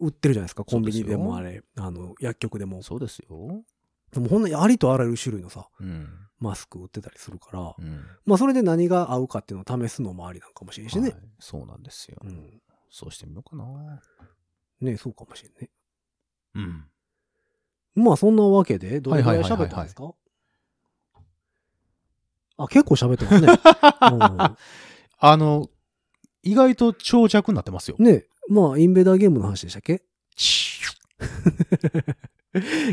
売ってるじゃないですか。コンビニでも
そ
あ
う
れ、あの、薬局でも。
そうですよ。
でもほんのにありとあらゆる種類のさ、
うん。
マスク売ってたりするから。
うん。
まあそれで何が合うかっていうのを試すのもありなんかもしれんしね。
はいそうなんですよ。
うん。
そうしてみようかな。
ねそうかもしれんね。
うん。
まあそんなわけで、どれぐらい喋ったんですか、あ、結構喋ってますね。
あの、意外と長尺になってますよ
う。んねまあインベーダーゲームの話でしたっけ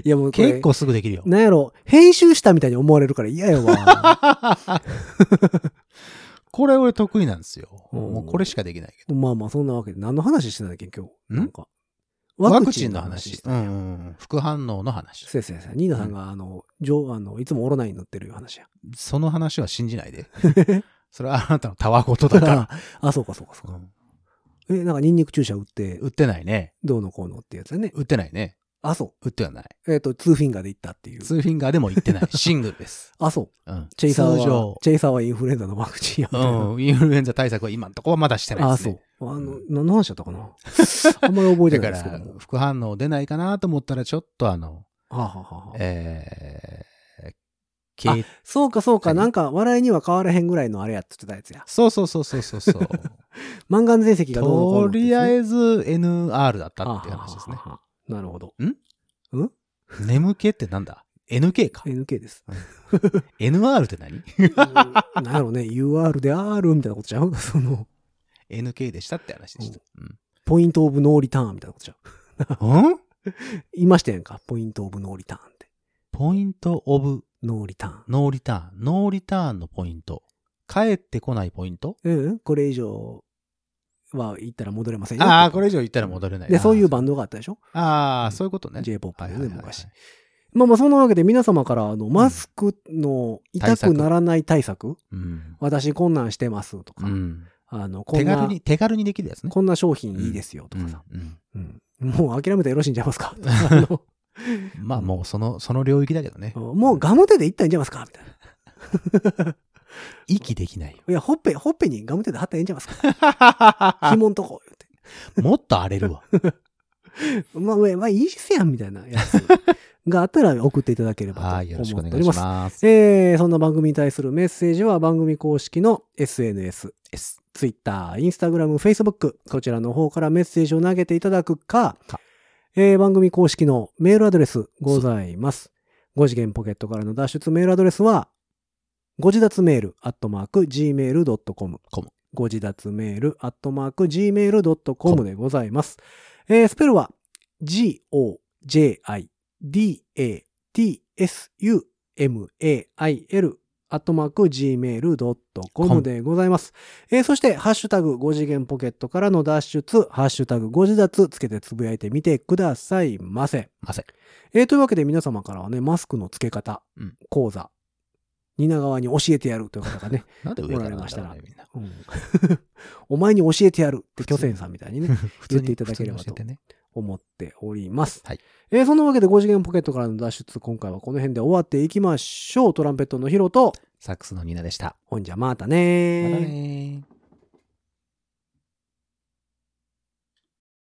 いやもうこれ
結構すぐできるよ。
なんやろ、編集したみたいに思われるから嫌やわ。
これ俺得意なんですよ。
うん
もうこれしかできないけ
まあまあ、そんなわけで、何の話してたんだっけ、今日。
ん
なんか。
ど。ワクチンの話。
う。
うんんうんうん副反応の話。
そうやそうやそうやニーナさんが、あの、上、あの、いつもオロナイン乗ってるいう話や。
その話は信じないで。 それはあなたのたわごとだか
あ、そうかそうかそう
ら。う
か。
ん
え、なんかニンニク注射打って、
売ってないね。
どうのこうのってやつだね。
売ってないね。
あ、そ
売ってはない。
う。えっ、と、ツーフィンガーで行ったっていう。
ツーフィンガーでも行っ てない。シングルです。
あ、そう。
うん。
チェイサー
通
は
常、。
チェイサーはインフルエンザのワクチンやみたいな。
うん。インフルエンザ対策は今のところはまだしてない
あ、
です、
そ
ね
う。。あの、何の話だった かなあんまり覚えてな
だか
いですけど
ら
も。、
副反応出ないかなと思ったら、ちょっとあの、
はあ、はあはあ、
えー、
あ
け
そうかそうか、
何
なんか笑いには変わらへんぐらいのあれやって言ってたやつや。
そうそうそうそう そうそう。
満願全席がどうのこうの
と
ってやつね、
りあえず NR だったっていう話ですね
は。あはあはあ。なるほど。
眠気ってなんだ ?NK か。
NK です。
NR って何
うんなんやろうね、UR で R みたいなことちゃうその、
?NK でしたって話でした。
ポイントオブノーリターンみたいなことちゃう。
うん。ん
言いましたやんか、ポイントオブノーリターンって。
ポイントオブ
ノーリターン。
ノーリターン。ノーリターンのポイント。帰ってこないポイント
うん、これ以上は言ったら戻れませんよ。
ああ、これ以上言ったら戻れない。
で、そういう
場
バンドがあったでしょ
ああ、そういうことね。
?J-POP
はい
で
はい
ね、
はいはい
昔。まあまあ、そんなわけで皆様から、あの、マスクの痛くならない対策、
うん。
私こんなんしてますとか、
うん
あの、こ
手
んな
軽、に、手軽にできるやつね。
こんな商品いいですよとかさ、
うんうん
うんもう諦めてよろしいんじゃいます かあの
まあもうその、その領域だけどね。
もうガムテでいったんじゃいますかみたいな。
息でき ないよ。
いや、ほっぺ、ほっぺにガムテで貼ったらええんじゃいます か紐んとこ。言うて
もっと荒れる わ。
まあ、まあまあ、いいっすやんみたいなやつがあったら送っていただければと思
は
っ
い、
て
よ
お
ろしくお
り
願いし
ます。
ます。
えー、そんな番組に対するメッセージは番組公式の SNS、
S
Twitter、Instagram、Facebook、こちらの方からメッセージを投げていただくか、
か
えー番組公式のメールアドレスございます。5次元ポケットからの脱出メールアドレスは、ご自立メール、アットマーク、gmail.com。
com
ご自立メール、アットマーク、gmail.com でございます。えースペルは、g-o-j-i-d-a-t-s-u-m-a-i-l アットマーク gmail.com でございます。えーそして、ハッシュタグ5次元ポケットからの脱出、ハッシュタグ5次脱つけてつぶやいてみてくださいませ。
ませ。
えーというわけで皆様からはね、マスクの付け方、
うん
講座、蜷川に教えてやるという方がね、
なんで上から
おられ
な
ま
ん
し
だ
た
ろ
ら
うねみんな。
うんお前に教えてやるって巨泉さんみたいにね、
普通
言
に
っていただければと
普通に教えてね。
思っております。
はい
えーそんなわけで5次元ポケットからの脱出、今回はこの辺で終わっていきましょう。トランペットのヒロと、
サックスのニーナでした。
ほんじゃまたね
ま
ー
たねー。